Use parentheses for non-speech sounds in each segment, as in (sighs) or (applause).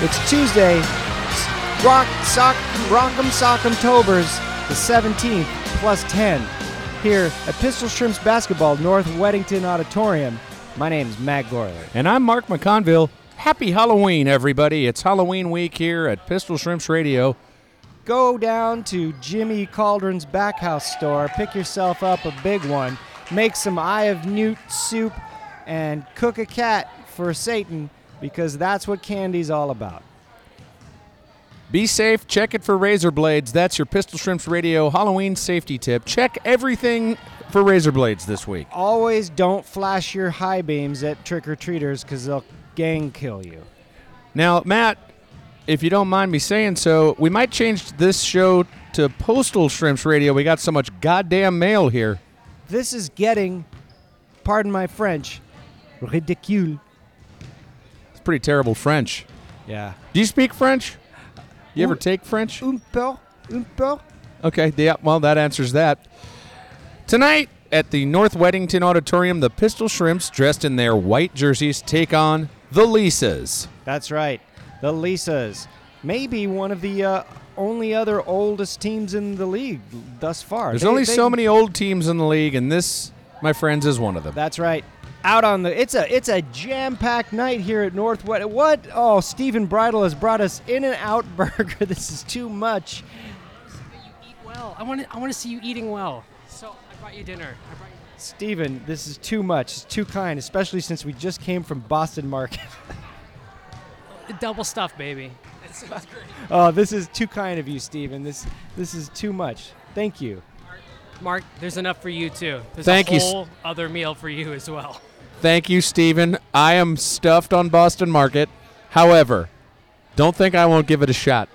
It's Tuesday, s- Rock Sock Rock'em Sock'em Tobers, the 17th, plus 10, here at Pistol Shrimps Basketball North Weddington Auditorium. My name's Matt Gorley. And I'm Mark McConville. Happy Halloween, everybody. It's Halloween week here at Pistol Shrimps Radio. Go down to Jimmy Cauldron's Backhouse store, pick yourself up a big one, make some Eye of Newt soup, and cook a cat for Satan because that's what candy's all about. Be safe, check it for razor blades. That's your Pistol Shrimps Radio Halloween safety tip. Check everything for razor blades this week. Always don't flash your high beams at trick or treaters because they'll gang kill you. Now, Matt, if you don't mind me saying so, we might change this show to Postal Shrimps Radio. We got so much goddamn mail here. This is getting, pardon my French, ridicule. It's pretty terrible French. Yeah. Do you speak French? You ever Ooh. take French? Un peu, un peu. Okay, yeah, well, that answers that. Tonight at the North Weddington Auditorium, the Pistol Shrimps, dressed in their white jerseys, take on the Lisas. That's right. The Lisas. Maybe one of the uh, only other oldest teams in the league thus far. There's They- only they- so many old teams in the league, and this, my friends, is one of them. That's right. Out on the it's a it's a jam-packed night here at Northwest. What? Oh, Stephen Bridle has brought us in and out (laughs) burger. This is too much. eat well. I want to. I want to see you eating well. So I brought you dinner. I brought you. Steven, this is too much. It's too kind, especially since we just came from Boston Market. Double stuff, baby. That sounds great. oh, this is too kind of you, Steven. This this is too much. Thank you. Mark, there's enough for you too. There's Thank a you, s- whole other meal for you as well. Thank you, Steven. I am stuffed on Boston Market. However, don't think I won't give it a shot.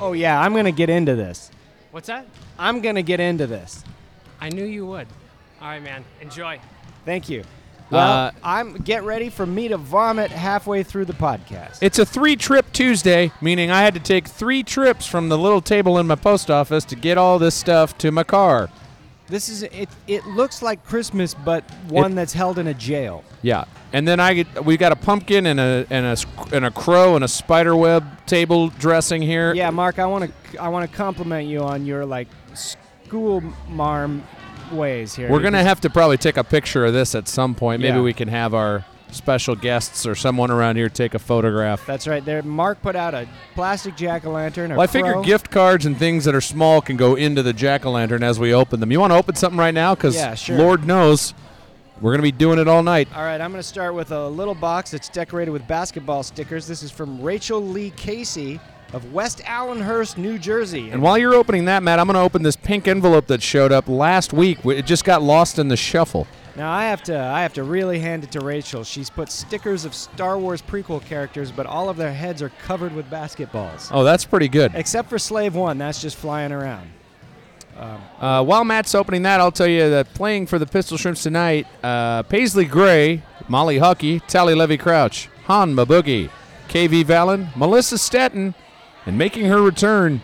Oh yeah, I'm gonna get into this. What's that? I'm gonna get into this. I knew you would. All right, man. Enjoy. Thank you. Well, Uh, I'm get ready for me to vomit halfway through the podcast. It's a three trip Tuesday, meaning I had to take three trips from the little table in my post office to get all this stuff to my car. this is it. It looks like Christmas, but one It- that's held in a jail. Yeah, and then I get, we got a pumpkin and a and a sc- and a crow and a spider web table dressing here. Yeah, Mark, I want to I want to compliment you on your like school marm ways here. we're gonna have to probably take a picture of this at some point. Maybe Yeah. we can have our special guests or someone around here take a photograph. That's right. There, Mark put out a plastic jack o' lantern. Well, I figure gift cards and things that are small can go into the jack o' lantern as we open them. You want to open something right now? Because Yeah, sure. Lord knows we're gonna be doing it all night. All right, I'm going to start with a little box that's decorated with basketball stickers. This is from Rachel Lee Casey of West Allenhurst, New Jersey. And while you're opening that, Matt, I'm gonna open this pink envelope that showed up last week. W- It just got lost in the shuffle. Now I have to I have to really hand it to Rachel. She's put stickers of Star Wars prequel characters, but all of their heads are covered with basketballs. Oh, that's pretty good. Except for Slave One, that's just flying around. Uh, while Matt's opening that, I'll tell you that playing for the Pistol Shrimps tonight, uh, Paisley Gray, Molly Huckey, Tally Levy Crouch, Han Maboogie, KV Vallon, Melissa Stetton, and making her return,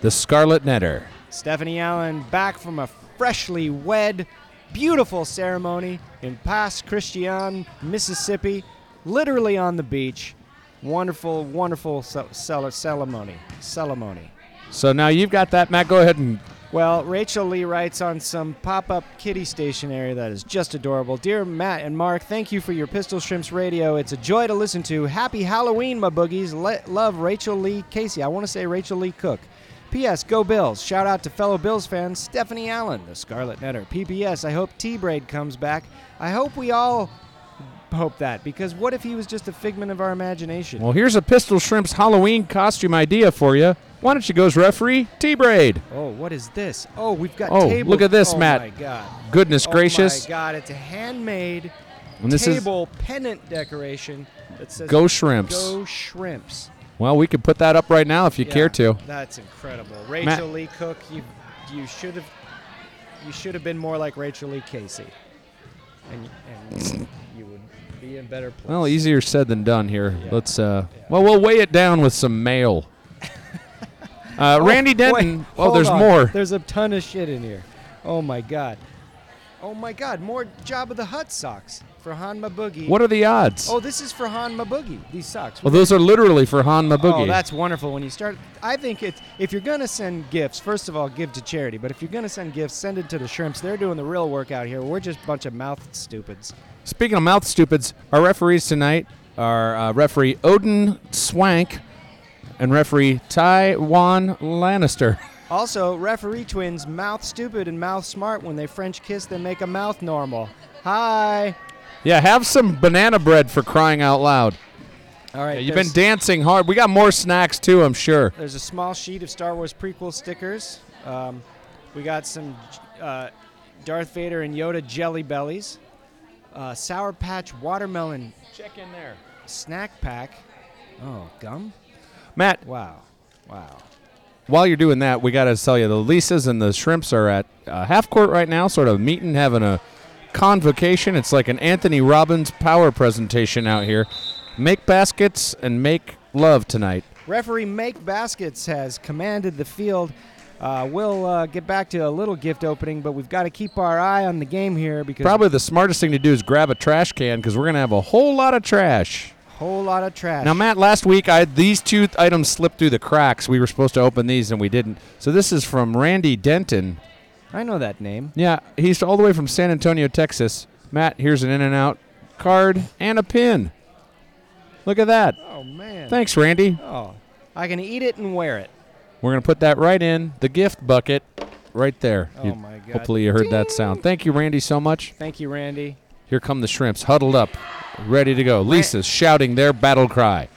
the Scarlet Netter. Stephanie Allen back from a freshly wed, beautiful ceremony in Pass Christian, Mississippi, literally on the beach. Wonderful, wonderful ce- cele- ceremony. Ceremony. So now you've got that, Matt. Go ahead and Well, Rachel Lee writes on some pop up kitty stationery that is just adorable. Dear Matt and Mark, thank you for your Pistol Shrimps radio. It's a joy to listen to. Happy Halloween, my boogies. Le- love Rachel Lee Casey. I want to say Rachel Lee Cook. P.S. Go Bills. Shout out to fellow Bills fan Stephanie Allen, the Scarlet Netter. P.P.S. I hope T Braid comes back. I hope we all hope that because what if he was just a figment of our imagination? well, here's a Pistol Shrimps Halloween costume idea for you. Why don't you go as referee T Braid? Oh, what is this? Oh, we've got Oh, table- look at this, oh, Matt. my God. Goodness gracious! Oh my God! It's a handmade and this table pennant decoration that says is Go Shrimps. Go Shrimps." Well, we could put that up right now if you Yeah, care to. That's incredible, Rachel Lee Cook. You you should have you should have been more like Rachel Lee Casey, and, and you would be in better place. Well, easier said than done here. Yeah. Let's. Uh, Well, we'll weigh it down with (laughs) some mail. uh, Randy Wait, Denton. oh, hold there's on. more. There's a ton of shit in here. Oh my God. Oh my God! More Job of the Hut socks for Hanma Boogie. What are the odds? Oh, this is for Hanma Boogie. These socks. Well, those are literally for Han Mabugi. Oh, that's wonderful. When you start, I think it's if you're gonna send gifts, first of all, give to charity. But if you're gonna send gifts, send it to the shrimps. They're doing the real work out here. We're just a bunch of mouth stupids. Speaking of mouth stupids, our referees tonight are uh, referee Odin Swank and referee (laughs) Taiwan Lannister. Also, referee twins, mouth stupid and mouth smart. When they French kiss, they make a mouth normal. Hi. Yeah, have some banana bread for crying out loud. All right. Yeah, you've been there's- dancing hard. We got more snacks too, I'm sure. There's a small sheet of Star Wars prequel stickers. Um, we got some uh, Darth Vader and Yoda jelly bellies, uh, Sour Patch watermelon Check in there. snack pack. Oh, gum? Matt, Wow. Wow. while you're doing that, we got to tell you the Lisas and the Shrimps are at uh, half court right now, sort of meeting, having a convocation. It's like an Anthony Robbins power presentation out here. Make baskets and make love tonight. Referee Make Baskets has commanded the field. Uh, we'll uh, get back to a little gift opening, but we've got to keep our eye on the game here because Probably the smartest thing to do is grab a trash can because we're going to have a whole lot of trash. a whole lot of trash. Now, Matt, last week I these two th- items slipped through the cracks. We were supposed to open these and we didn't. So this is from Randy Denton. I know that name. Yeah, he's all the way from San Antonio, Texas. Matt, here's an in and out card and a pin. Look at that. Oh, man. Thanks, Randy. oh, I can eat it and wear it. We're going to put that right in the gift bucket right there. Oh, You- my God. Hopefully you heard that sound. Thank you, Randy, so much. Thank you, Randy. Here come the shrimps, huddled up, ready to go. Lisa's shouting their battle cry.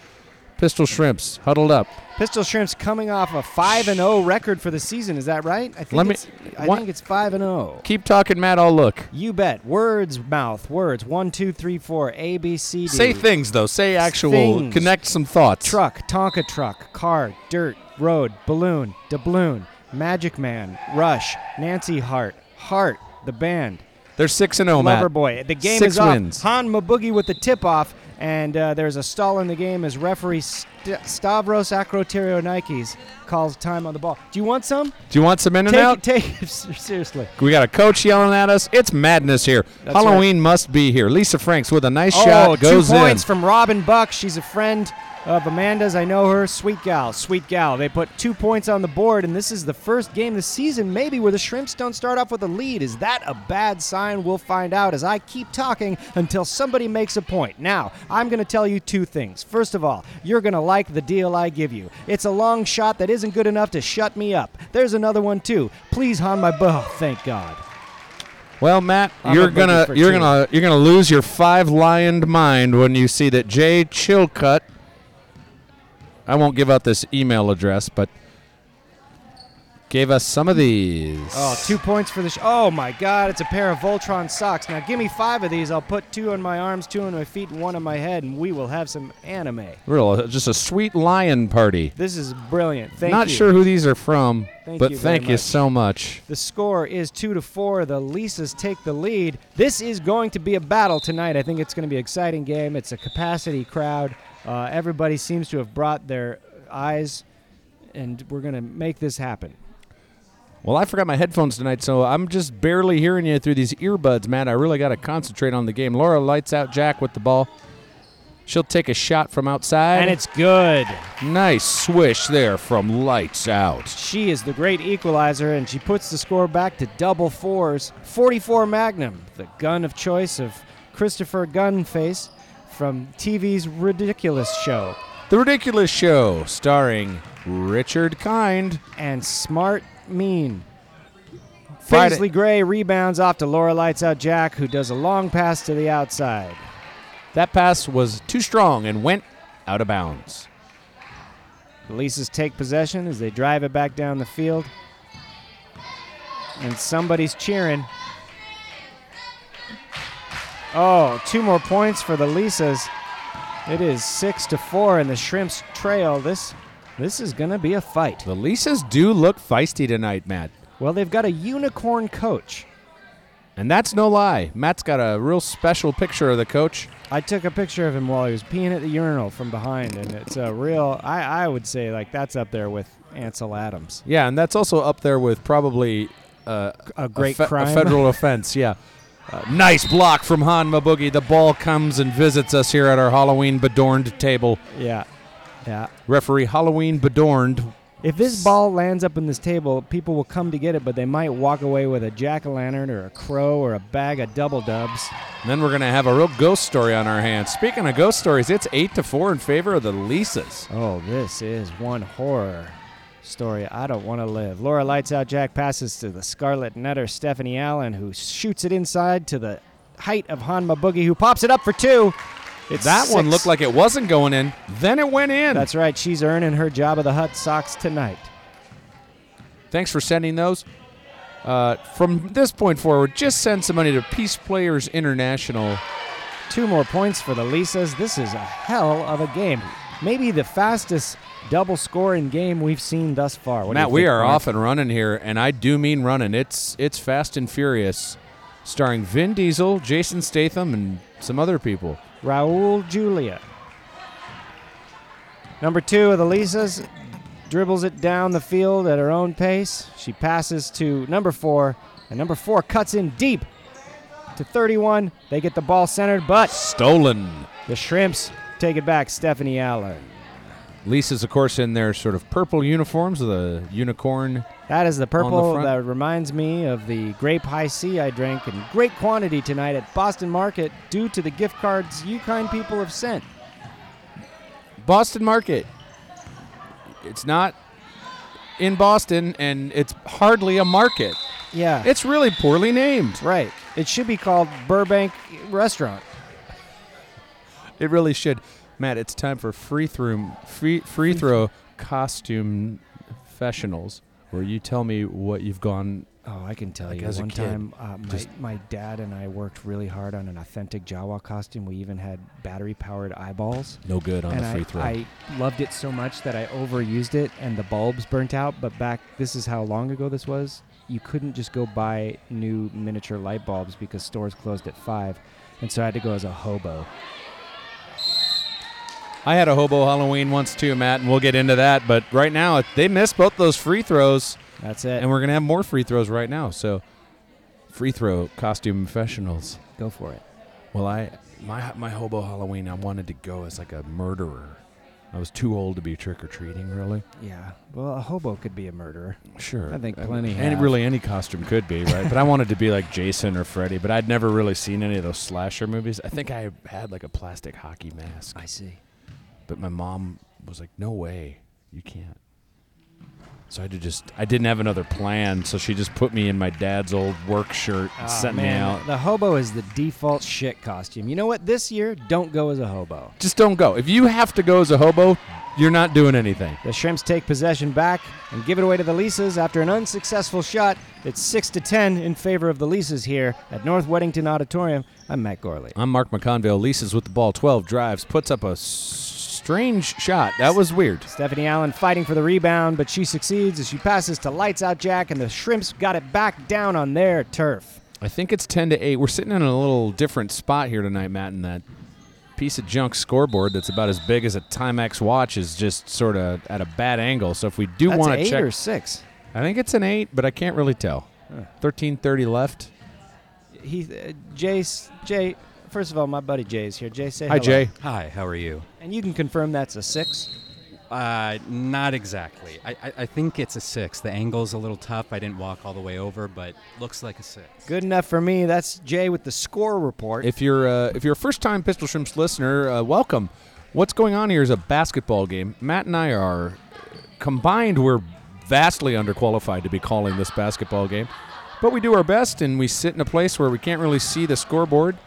Pistol shrimps, huddled up. Pistol Shrimp's coming off a 5 and 0 record for the season. Is that right? I think Let me- it's, I what- think it's 5 and 0. Keep talking, Matt. I'll look. You bet. Words, mouth, words. One, two, three, four. A, B, C, D. Say things, though. Say actual. Things. Connect some thoughts. Truck, Tonka truck, car, dirt, road, balloon, doubloon, Magic Man, Rush, Nancy Hart, Hart, the band, They're 6 and 0, Oh, Matt. Loverboy. The game Six is off. wins. Han Maboogie with the tip off, and uh, there's a stall in the game as referee St- Stavros Akroterio Nikes calls time on the ball. Do you want some? Do you want some in and out? Take, take it (laughs) seriously. We got a coach yelling at us. It's madness here. That's Halloween must be here. Lisa Franks with a nice oh, shot goes two points in. from Robin Buck. She's a friend of Amanda's. I know her. Sweet gal, sweet gal. They put two points on the board, and this is the first game this season, maybe, where the Shrimps don't start off with a lead. Is that a bad sign? We'll find out as I keep talking until somebody makes a point. Now, I'm going to tell you two things. First of all, you're going to like the deal I give you. It's a long shot that isn't good enough to shut me up. There's another one, too. Please, Han, my bow. Thank God. Well, Matt, I'm you're a boogie gonna for you're two. gonna you're gonna lose your five lioned mind when you see that Jay Chilcutt. I won't give out this email address, but gave us some of these. Oh, two points for the. Sh- oh my God! It's a pair of Voltron socks. Now give me five of these. I'll put two on my arms, two on my feet, and one on my head, and we will have some anime. Real, uh, just a sweet lion party. This is brilliant. Thank Not you. sure who these are from, Thank but you very thank you much. so much. The score is two to four. The Lisas take the lead. This is going to be a battle tonight. I think it's going to be an exciting game. It's a capacity crowd. Uh, everybody seems to have brought their eyes, and we're going to make this happen. Well, I forgot my headphones tonight, so I'm just barely hearing you through these earbuds, Matt. I really got to concentrate on the game. Laura lights out Jack with the ball. She'll take a shot from outside. And it's good. nice swish there from lights out. She is the great equalizer, and she puts the score back to double fours. 44 Magnum, the gun of choice of Christopher Gunface from TV's Ridiculous Show, The Ridiculous Show, starring Richard Kind. and Smart Mean. Friday- Paisley Gray rebounds off to Laura Lights Out Jack, who does a long pass to the outside. That pass was too strong and went out of bounds. The Leases take possession as they drive it back down the field. And somebody's cheering. Oh, two more points for the Leases. It is six to four, and the Shrimps trail. This, this is gonna be a fight. The Lisas do look feisty tonight, Matt. Well, they've got a unicorn coach. And that's no lie. Matt's got a real special picture of the coach. I took a picture of him while he was peeing at the urinal from behind, and it's a real. I, I would say like that's up there with Ansel Adams. Yeah, and that's also up there with probably uh, A great fe- crime. federal offense. Yeah. Uh, nice block from Han Mabugi. The ball comes and visits us here at our Halloween bedorned table. (laughs) Yeah, yeah. Referee Halloween bedorned. If this ball lands up in this table, people will come to get it, but they might walk away with a jack o' lantern or a crow or a bag of double dubs. Then we're gonna have a real ghost story on our hands. Speaking of ghost stories, it's eight to four in favor of the Lisas. Oh, this is one horror story I don't want to live. Laura lights out Jack, passes to the Scarlet Nutter, Stephanie Allen, who shoots it inside to the height of Hanma Boogie, who pops it up for two. It's That one six. looked like it wasn't going in. Then it went in. That's right, she's earning her job of the Hut socks tonight. Thanks for sending those. Uh, from this point forward, just send some money to Peace Players International. Two more points for the Lisas. This is a hell of a game. Maybe the fastest double scoring game we've seen thus far. What do you Matt, we think, are Mark? off and running here, and I do mean running. It's it's Fast and Furious, starring Vin Diesel, Jason Statham, and some other people. Raul Julia. Number two of the Lisas dribbles it down the field at her own pace. She passes to number four, and number four cuts in deep to 31. They get the ball centered, but Stolen. the Shrimps take it back. Stephanie Allen. Lisa's, of course, in their sort of purple uniforms, the unicorn. That is the purple front. that reminds me of the grape high C I drank in great quantity tonight at Boston Market due to the gift cards you kind people have sent. Boston Market. It's not in Boston, and it's hardly a market. Yeah. It's really poorly named. right. It should be called Burbank Restaurant. It really should. Matt, it's time for free throw, free, free throw costume professionals, where you tell me what you've gone. Oh, I can tell Like you. as a One kid, time, uh, my, just- my dad and I worked really hard on an authentic Jawa costume. We even had battery powered eyeballs. No good on and the I- free throw. I, loved it so much that I overused it and the bulbs burnt out. But back, this is how long ago this was. You couldn't just go buy new miniature light bulbs because stores closed at five. And so I had to go as a hobo. I had a hobo Halloween once too, Matt, and we'll get into that. But right now, uh, they missed both those free throws, That's it. and we're gonna have more free throws right now. So, free throw costume professionals. go for it. Well, I my my hobo Halloween, I wanted to go as like a murderer. I was too old to be trick or treating, really. Yeah. Well, a hobo could be a murderer. Sure. I think mean, plenty Any, have. really, any costume could be, right? but I wanted to be like Jason or Freddy, but I'd never really seen any of those slasher movies. I think I had like a plastic hockey mask, see. but my mom was like, no way, you can't. So I had to just, I didn't have another plan, so she just put me in my dad's old work shirt and sent me out. the hobo is the default shit costume. You know what? This year, don't go as a hobo. Just don't go. If you have to go as a hobo, you're not doing anything. The Shrimps take possession back and give it away to the Leases after an unsuccessful shot. It's 6 to 10 in favor of the Leases here at North Weddington Auditorium. I'm Matt Gorley. I'm Mark McConville. Lisa's with the ball, 12 drives, puts up a s- strange shot. That was weird. Stephanie Allen fighting for the rebound, but she succeeds as she passes to lights out Jack, and the Shrimps got it back down on their turf. I think it's 10 to 8. We're sitting in a little different spot here tonight, Matt, and that piece of junk scoreboard that's about as big as a Timex watch is just sort of at a bad angle. So if we do That's want to eight check. or six. I think it's an 8, but I can't really tell. Huh. 13:30 left. He, uh, Jace, Jay. First of all, my buddy Jay's here. Jay, say Hi, hello. Jay. Hi, how are you? And you can confirm that's a six. Uh, not exactly. I, I, I think it's a six. The angle's a little tough. I didn't walk all the way over, but looks like a six. Good enough for me. That's Jay with the score report. If you're uh, if you're a first-time Pistol Shrimps listener, uh, welcome. What's going on here is a basketball game. Matt and I are combined we're vastly underqualified to be calling this basketball game. But we do our best and we sit in a place where we can't really see the scoreboard.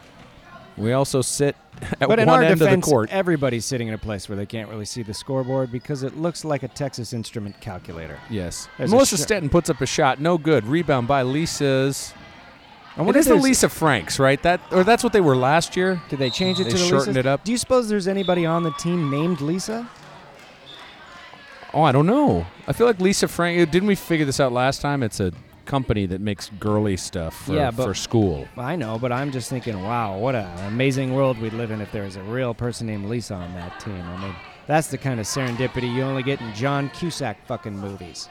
We also sit (laughs) at but one in our end defense, eh, of the court. everybody's sitting in a place where they can't really see the scoreboard because it looks like a Texas Instrument calculator. Yes. There's a Melissa sh- Stetton puts up a shot, no good. Rebound by Lisa's. I What wonder is if the there's- Lisa Franks, right? That or that's what they were last year. Did they change it They to the shortened Lisa's? it up. Do you suppose there's anybody on the team named Lisa? Oh, I don't know. I feel like Lisa Frank. Didn't we figure this out last time? It's a company that makes girly stuff for, Yeah, but- for school. I know, but I'm just thinking, wow, what an amazing world we'd live in if there was a real person named Lisa on that team. I mean, that's the kind of serendipity you only get in John Cusack fucking movies.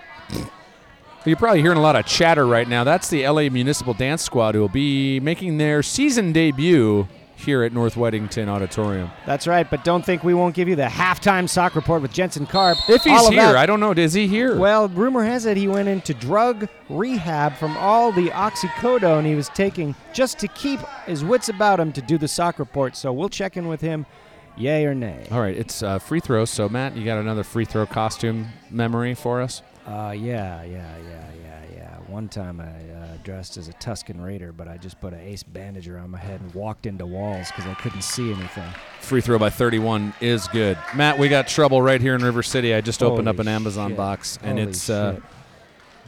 You're probably hearing a lot of chatter right now. That's the LA Municipal Dance Squad who will be making their season debut here at North Weddington Auditorium. That's right, but don't think we won't give you the halftime sock report with Jensen Karp. If he's All here, about- I don't know. Is he here? Well, rumor has it he went into drug rehab from all the oxycodone he was taking just to keep his wits about him to do the sock report. So we'll check in with him, yay or nay. All right, it's uh, free throws. So Matt, you got another free throw costume memory for us? Uh, yeah, yeah, yeah, yeah, yeah. One time I uh, dressed as a Tuscan Raider, but I just put an ace bandage around my head and walked into walls because I couldn't see anything. Free throw by 31 is good. Matt, we got trouble right here in River City. I just opened Holy up an Amazon shit. box, and Holy it's uh, shit.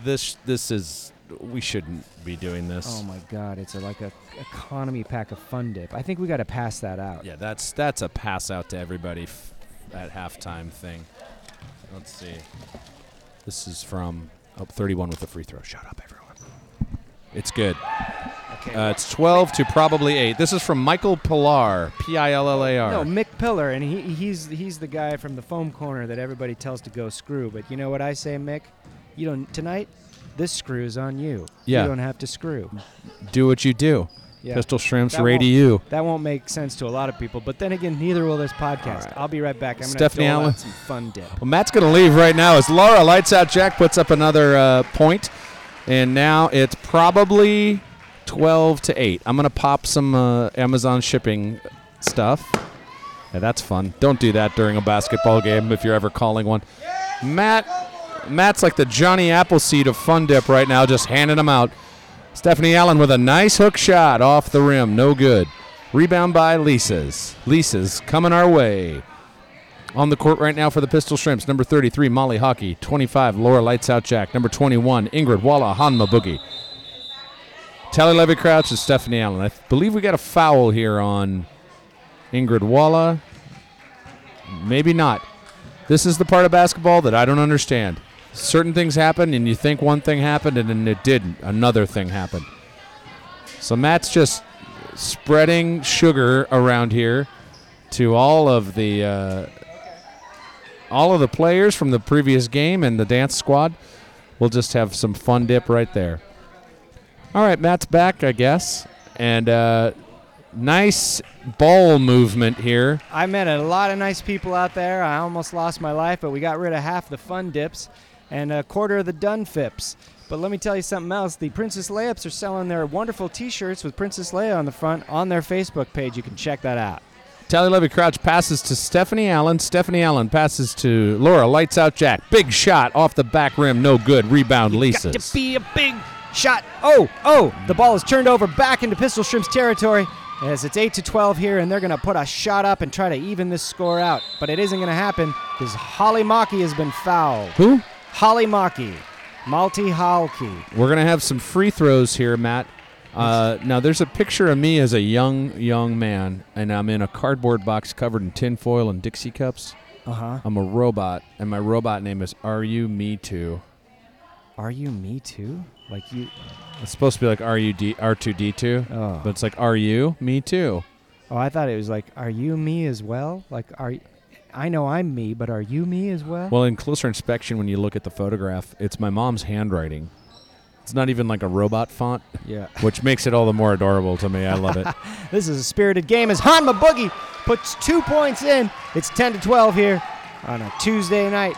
this. This is we shouldn't be doing this. Oh my god, it's a, like a economy pack of Fun Dip. I think we got to pass that out. Yeah, that's that's a pass out to everybody f- at halftime thing. Let's see. This is from up 31 with the free throw. Shut up, everyone. It's good. Okay. Uh, it's 12 to probably eight. This is from Michael Pillar, P-I-L-L-A-R. No, Mick Pillar, and he, he's he's the guy from the foam corner that everybody tells to go screw. But you know what I say, Mick? You don't tonight. This screw's on you. Yeah. You don't have to screw. Do what you do. Yeah. Pistol Shrimps That won't- Radio. that won't make sense to a lot of people, but then again, neither will this podcast. All right. I'll be right back. I'm Stephanie gonna dole Allen. out some fun dip. Well, Matt's going to leave right now as Laura lights out. Jack puts up another uh, point, and now it's probably 12 to 8. I'm going to pop some uh, Amazon shipping stuff. Yeah, that's fun. Don't do that during a basketball game if you're ever calling one. Matt, Matt's like the Johnny Appleseed of Fun Dip right now, just handing them out. Stephanie Allen with a nice hook shot off the rim, no good. Rebound by Lisa's. Lisa's coming our way. On the court right now for the Pistol Shrimps, number 33, Molly Hockey. 25, Laura Lights Out Jack. Number 21, Ingrid Walla Hanma Boogie. Tally Levy Crouch and Stephanie Allen. I believe we got a foul here on Ingrid Walla. Maybe not. This is the part of basketball that I don't understand. Certain things happen, and you think one thing happened, and then it didn't. Another thing happened. So Matt's just spreading sugar around here to all of the. Uh, all of the players from the previous game and the dance squad. We'll just have some fun dip right there. All right, Matt's back, I guess. And uh, nice ball movement here. I met a lot of nice people out there. I almost lost my life, but we got rid of half the fun dips and a quarter of the dun fips. But let me tell you something else. The Princess Layups are selling their wonderful T-shirts with Princess Leia on the front on their Facebook page. You can check that out. Tally Levy Crouch passes to Stephanie Allen. Stephanie Allen passes to Laura. Lights out Jack. Big shot off the back rim. No good. Rebound Lisa. Got to be a big shot. Oh, oh! The ball is turned over back into Pistol Shrimp's territory as it's 8 to 12 here, and they're going to put a shot up and try to even this score out. But it isn't going to happen because Holly Maki has been fouled. Who? Holly Maki. Malti Halki. We're gonna have some free throws here, Matt. Uh, now there's a picture of me as a young young man, and I'm in a cardboard box covered in tinfoil and Dixie cups. Uh huh. I'm a robot, and my robot name is Are You Me Too. Are you me too? Like you. It's supposed to be like R U D R two D two, Oh. but it's like Are You Me Too. oh, I thought it was like, are you me as well? Like, are y- I know I'm me, but are you me as well? Well, in closer inspection, when you look at the photograph, it's my mom's handwriting. It's not even like a robot font, yeah. which makes it all the more adorable to me. I love it. This is a spirited game as Hanma Boogie puts two points in. It's 10 to 12 here on a Tuesday night.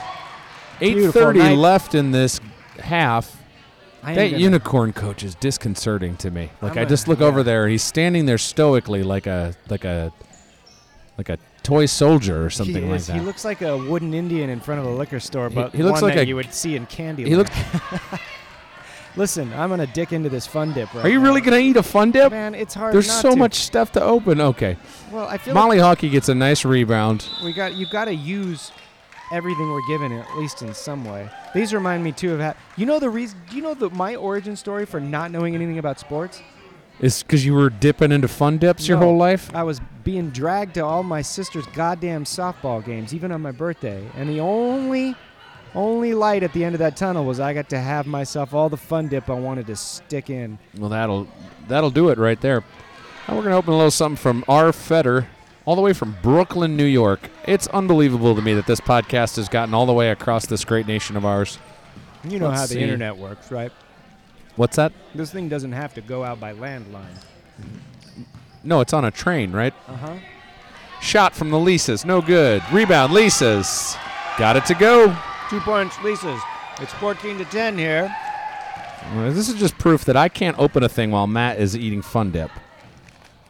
Eight Beautiful thirty night. left in this half. I am That gonna- unicorn coach is disconcerting to me. Like I'm I a- just look yeah. over there, he's standing there stoically, like a like a like a toy soldier or something he like is- that. He looks like a wooden Indian in front of a liquor store, He- but he looks one like that a- you would see in candy. He looks- (laughs) Listen, I'm gonna dick into this fun dip. Right Are you now. really gonna eat a fun dip? Man, it's hard. There's not so to. much stuff to open. Okay, Well, I feel Molly Hockey gets a nice rebound. like we got you got to use everything we're given at least in some way. These remind me too of how you know the reason. Do you know the my origin story for not knowing anything about sports? Is because you were dipping into fun dips your No. whole life. I was being dragged to all my sister's goddamn softball games, even on my birthday. And the only, only light at the end of that tunnel was I got to have myself all the fun dip I wanted to stick in. Well, that'll that'll do it right there. Now we're gonna open a little something from R. Fetter, all the way from Brooklyn, New York. It's unbelievable to me that this podcast has gotten all the way across this great nation of ours. You know Let's how the see. internet works, right? What's that? This thing doesn't have to go out by landline. No, it's on a train, right? Uh huh. Shot from the Lisa's. No good. Rebound, Lisa's. Got it to go. Two points, Lisa's. It's 14 to 10 here. Well, This is just proof that I can't open a thing while Matt is eating Fun Dip.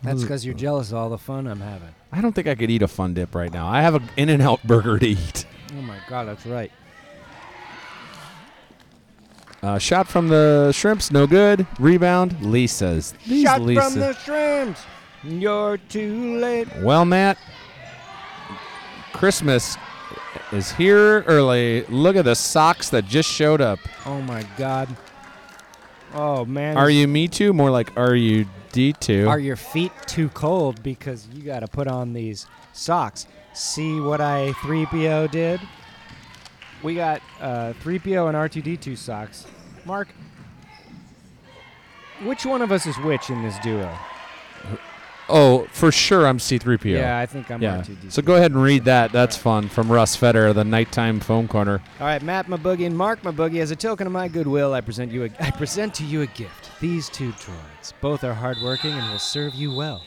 That's because you're jealous of all the fun I'm having. I don't think I could eat a Fun Dip right now. I have an In N Out burger to eat. Oh my God, that's right. Uh, shot from the Shrimps. No good. Rebound, Lisa's. These Shot Lisa- from the shrimps. You're too late. Well, Matt, Christmas is here early. Look at the socks that just showed up. Oh my God. Oh man. Are you me too? More like are you D2? Are your feet too cold because you got to put on these socks? See what I 3PO did? We got uh, 3PO and R2D2 socks. Mark, which one of us is which in this duo? oh, for sure I'm C3PO. Yeah, I think I'm Yeah. R2D2. So go ahead and read that. That's fun from Russ Federer, the nighttime phone corner. All right, Matt Maboogie and Mark Maboogie, as a token of my goodwill, I present you a, I present to you a gift. These two droids, both are hardworking and will serve you well.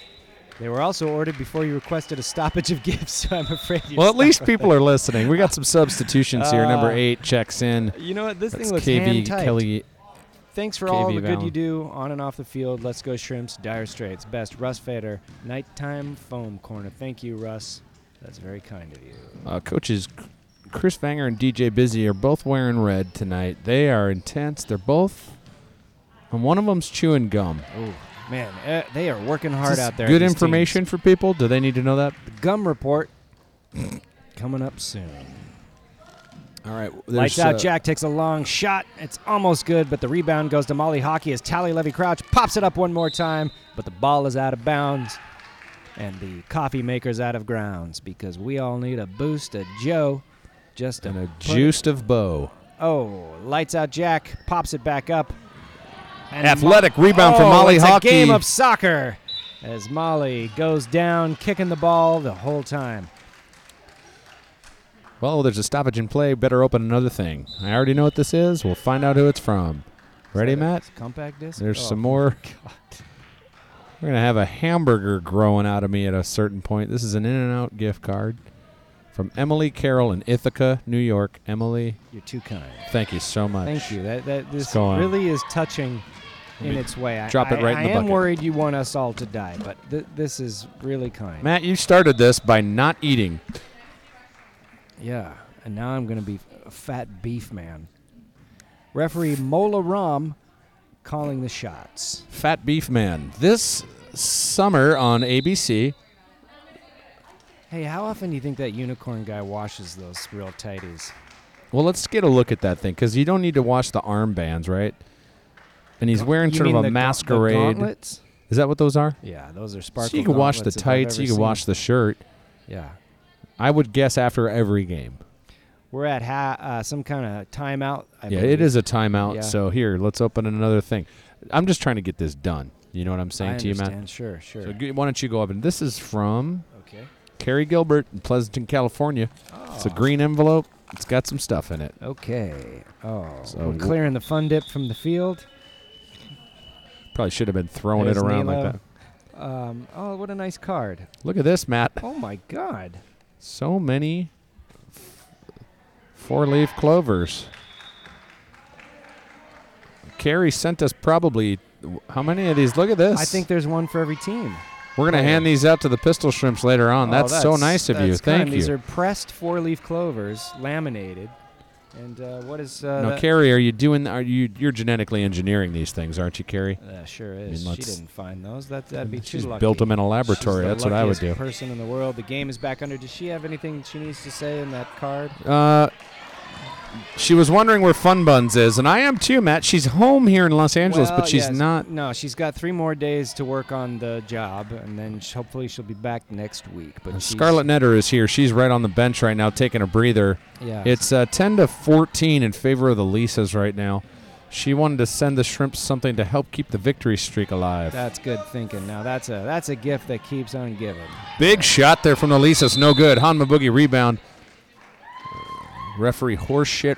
They were also ordered before you requested a stoppage of (laughs) gifts, so I'm afraid you. Well, at least people are listening. We got some substitutions here. Number Uh, eight checks in. You know what? This That's thing looks KB hand tight. Kelly. Thanks for all KV the good Valen. you do on and off the field. Let's go shrimps. Dire Straits. Best. Russ Fader. Nighttime foam corner. Thank you, Russ. That's very kind of you. Uh, coaches Chris Vanger and DJ Busy are both wearing red tonight. They are intense. They're both, and one of them's chewing gum. Oh man, eh, they are working Is hard this out there. Good these information for people. Do they need to know that? teams. The gum report coming up soon. All right. Lights uh, out. Jack takes a long shot. It's almost good, but the rebound goes to Molly Hockey as Tally Levy Crouch pops it up one more time, but the ball is out of bounds. And the coffee maker's out of grounds because we all need a boost of Joe just to and a put it juiced of bow. Oh, lights out Jack pops it back up. And Athletic rebound oh, from Molly it's Hockey. A game of soccer as Molly goes down, kicking the ball the whole time. well, there's a stoppage in play. Better open another thing. I already know what this is. We'll find out who it's from. Ready, Is that a Matt? Compact disc. There's Oh, some more. God. We're gonna have a hamburger growing out of me at a certain point. This is an in and out gift card from Emily Carroll in Ithaca, New York. Emily, You're too kind. thank you so much. Thank you. That that this go on. really is touching Let in me its way. I- drop it I- right in I the am bucket. worried you want us all to die, but th- this is really kind. Matt, you started this by not eating. Yeah, and now I'm going to be a fat beef man. Referee Mola Ram calling the shots. Fat Beef Man. This summer on ABC, Hey, how often do you think that unicorn guy washes those real tighties? well, let's get a look at that thing because you don't need to wash the armbands, right? And he's wearing You sort of mean a the ga- the masquerade. gauntlets? Is that what those are? Yeah, those are So sparkle. you can wash the gauntlets if I've tights, ever you can seen. wash the shirt. Yeah, I would guess after every game. we're at ha- uh, some kind of timeout. I yeah, believe. it is a timeout. Yeah. So here, let's open another thing. I'm just trying to get this done. You know what I'm I saying to you, Matt? understand. Sure, sure. So g- why don't you go up and this is from okay. Carrie Gilbert in Pleasanton, California. It's a green envelope. It's got some stuff in it. Okay. Oh, So we're wh- clearing the fun dip from the field. Probably should have been throwing There's it around Nilo. like that. Um, oh, what a nice card. Look at this, Matt. Oh my God. So many f- four-leaf clovers. Carrie sent us probably how many of these? Look at this. I think there's one for every team. We're gonna Oh. hand these out to the pistol shrimps later on. Oh, that's, so nice of you. that's kind. Thank you. These are pressed four-leaf clovers, laminated. And uh, what is uh, now, that- Carrie, are you doing? Are you you're genetically engineering these things, aren't you, Carrie? That sure is. she let's- didn't find those. That that'd be She's too lucky. built them in a She's laboratory. the That's what I would do. luckiest Person in the world. The game is back under. Does she have anything she needs to say in that card? Uh, she was wondering where Fun Buns is, and I am too, Matt. She's home here in Los Angeles, Well, but she's yes. not. No, she's got three more days to work on the job, and then sh- hopefully she'll be back next week. But she's- Scarlet Netter is here. She's right on the bench right now, taking a breather. Yeah. It's uh, 10 to 14 in favor of the Lisas right now. She wanted to send the shrimps something to help keep the victory streak alive. that's good thinking. Now that's a that's a gift that keeps on giving. Big shot there from the Lisas. No good. Hanma Boogie rebound. Uh, Referee Horseshit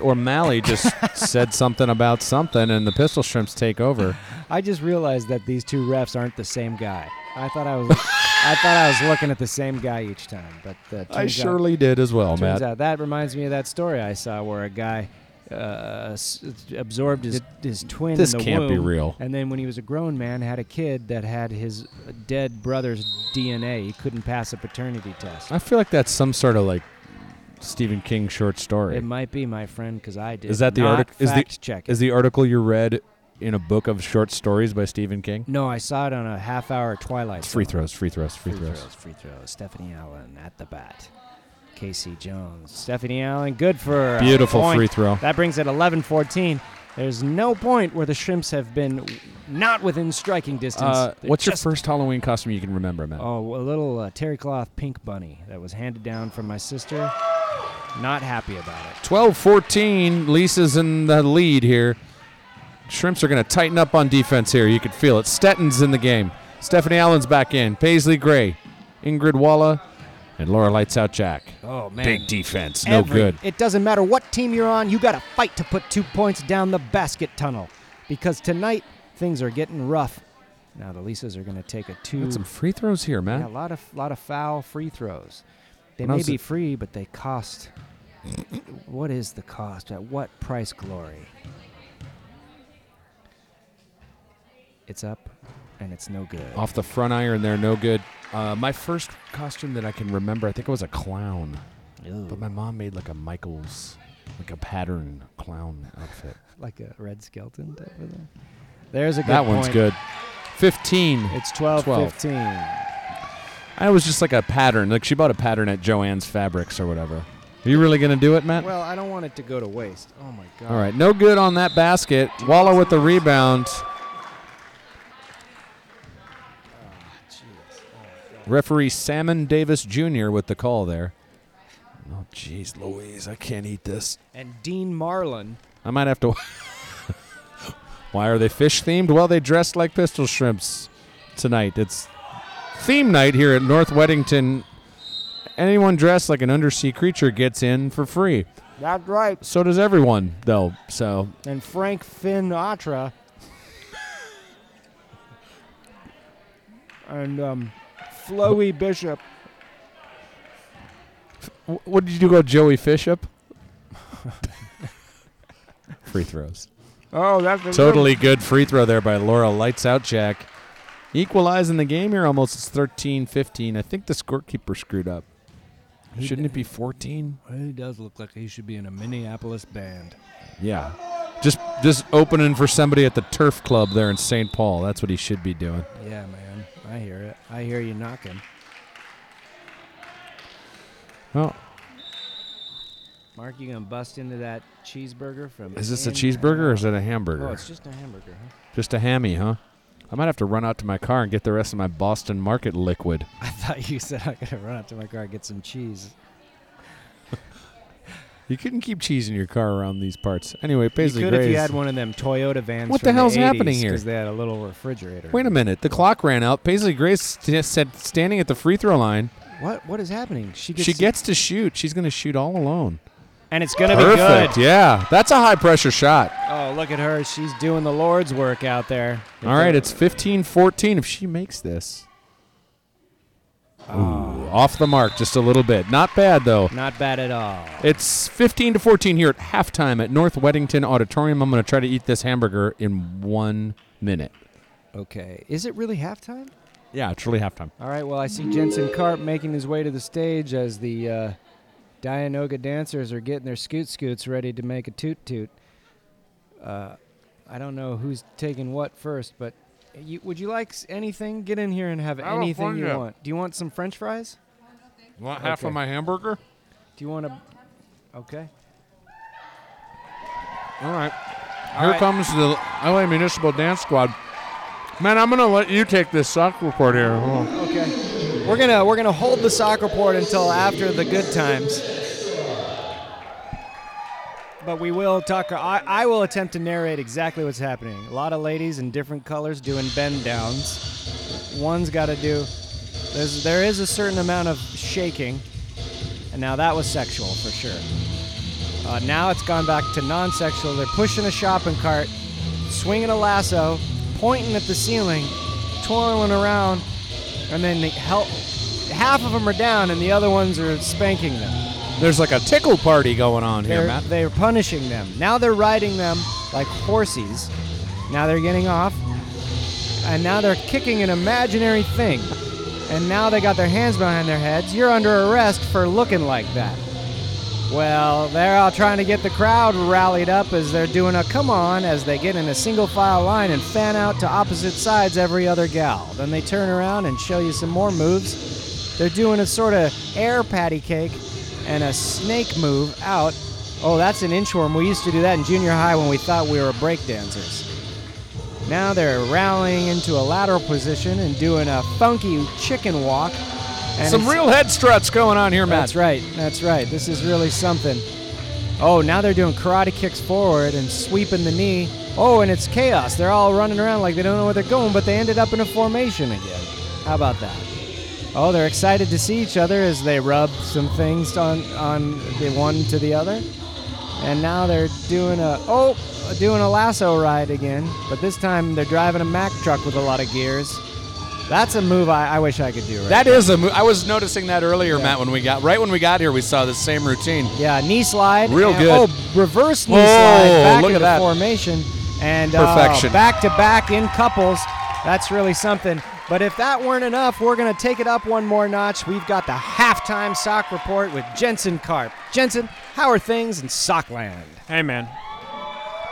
(laughs) O'Malley just said something about something, and the Pistol Shrimps take over. I just realized that these two refs aren't the same guy. I thought (laughs) I was, I thought I was looking at the same guy each time. But uh, turns I out- surely did as well, turns Matt. out that reminds me of that story I saw where a guy uh, s- absorbed his, his twin. this in the can't be womb, real. And then when he was a grown man, had a kid that had his dead brother's DNA. He couldn't pass a paternity test. I feel like that's some sort of like Stephen King short story. It might be my friend because I did. Is that the not artic- is the- fact check? it. Is the article you read in a book of short stories by Stephen King? no, I saw it on a half hour Twilight. It's free Zone. throws, free throws, free, free throws. throws, free throws. Stephanie Allen at the bat. Casey Jones. Stephanie Allen, good for a Beautiful point. free throw. That brings it 11 14. There's no point where the Shrimps have been w- not within striking distance. Uh, They're what's your just- first Halloween costume you can remember, Matt? Oh, a little uh, terry cloth pink bunny that was handed down from my sister. Not happy about it. 12 14. Lisa's in the lead here. Shrimps are going to tighten up on defense here. You can feel it. Stetton's in the game. Stephanie Allen's back in. Paisley Gray, Ingrid Walla, and Laura Lights Out Jack. Oh, man. Big defense. No every- good. It doesn't matter what team you're on, you got to fight to put two points down the basket tunnel because tonight things are getting rough. Now the Lisas are going to take a two. Got some free throws here, yeah, a man. lot of lot of foul free throws. They When I may was be a- free, but they cost. what is the cost? At what price, Glory? It's up, and it's no good. Off the front iron there. No good. Uh, my first costume that I can remember, I think I was a clown. Ew. But my mom made like a Michaels, like a pattern clown outfit. like a red skeleton type of thing. There's a good that one's point. good. 15. It's 12, 12. 15. I was just like a pattern. Like she bought a pattern at Joanne's Fabrics or whatever. Are you really gonna do it, Matt? Well, I don't want it to go to waste. Oh my god. All right, no good on that basket. Walla with the rebound. Referee Salmon Davis Jr. with the call there. Oh, jeez, Louise, I can't eat this. And Dean Marlin. I might have to. (laughs) Why are they fish themed? Well, they dressed like pistol shrimps tonight. It's theme night here at North Weddington. Anyone dressed like an undersea creature gets in for free. That's right. So does everyone, though. So And Frank Finatra. and um, Floey Bishop. W- What did you go, Joey Fishup? (laughs) free throws. Oh, that's a Totally good free throw there by Laura. Lights out, Jack. Equalizing the game here almost. It's 13 15. I think the scorekeeper screwed up. He Shouldn't it be 14? He does look like he should be in a Minneapolis band. Yeah. Just, just opening for somebody at the turf club there in St. Paul. That's what he should be doing. Yeah, man. I hear it. I hear you knocking. Well, Mark, you gonna bust into that cheeseburger from? is this a in- cheeseburger or is it a hamburger? Oh, it's just a hamburger. Huh? just a hammy, huh? I might have to run out to my car and get the rest of my Boston Market liquid. (laughs) I thought you said I gotta run up to my car and get some cheese. You couldn't keep cheese in your car around these parts. Anyway, Paisley you could if Gray's- you had one of them Toyota vans. What the hell's happening here? Because they had a little refrigerator. Wait a minute. The clock ran out. Paisley Grace st- said standing at the free throw line. What what is happening? She gets She gets to shoot. She's going to shoot all alone. and it's gonna be Perfect. good. Yeah. That's a high pressure shot. Oh, look at her. She's doing the Lord's work out there. All right. It's 15-14 if she makes this. Ooh, off the mark just a little bit. Not bad though. not bad at all. It's 15 to 14 here at halftime at North Weddington Auditorium. I'm going to try to eat this hamburger in 1 minute. Okay. Is it really halftime? Yeah, it's really halftime. All right. Well, I see Jensen Karp making his way to the stage as the uh, Dianoga dancers are getting their scoot scoots ready to make a toot toot. Uh, I don't know who's taking what first, but you, would you like s- anything? Get in here and have anything you California. want. Do you want some French fries? Want half of Okay. my hamburger? Do you want to? Okay. All right. All Here right. comes the LA Municipal Dance Squad. Man, I'm gonna let you take this sock report here. Hold on. Okay. We're gonna we're gonna hold the sock report until after the good times. But we will talk. I, I will attempt to narrate exactly what's happening. A lot of ladies in different colors doing bend downs. One's got to do. There's there is a certain amount of shaking, and now that was sexual for sure. Uh, now it's gone back to non sexual. They're pushing a shopping cart, swinging a lasso, pointing at the ceiling, twirling around, and then they help. Half of them are down, and the other ones are spanking them. There's like a tickle party going on here, They're, Matt. they're punishing them. Now they're riding them like horses. Now they're getting off, and now they're kicking an imaginary thing. And now they got their hands behind their heads. You're under arrest for looking like that. Well, they're all trying to get the crowd rallied up as they're doing a come on as they get in a single file line and fan out to opposite sides every other gal. Then they turn around and show you some more moves. They're doing a sort of air patty cake and a snake move out. Oh, that's an inchworm. We used to do that in junior high when we thought we were breakdancers. Now they're rallying into a lateral position and doing a funky chicken walk. And Some it's- real head struts going on here, Matt. that's right. That's right. This is really something. Oh, now they're doing karate kicks forward and sweeping the knee. Oh, and it's chaos. They're all running around like they don't know where they're going, but they ended up in a formation again. How about that? Oh, they're excited to see each other as they rub some things on on the one to the other. And now they're doing a oh, doing a lasso ride again, but this time they're driving a Mack truck with a lot of gears. That's a move I, I wish I could do right That is a mo- I was noticing that earlier, Matt, when we got right when we got here, we saw the same routine. Yeah, knee slide. Real and- good. Oh, reverse knee Oh, slide back look at into that. formation and uh, Perfection. back to back in couples. That's really something. But if that weren't enough, we're going to take it up one more notch. We've got the halftime sock report with Jensen Karp. Jensen, how are things in Sockland? Hey, man.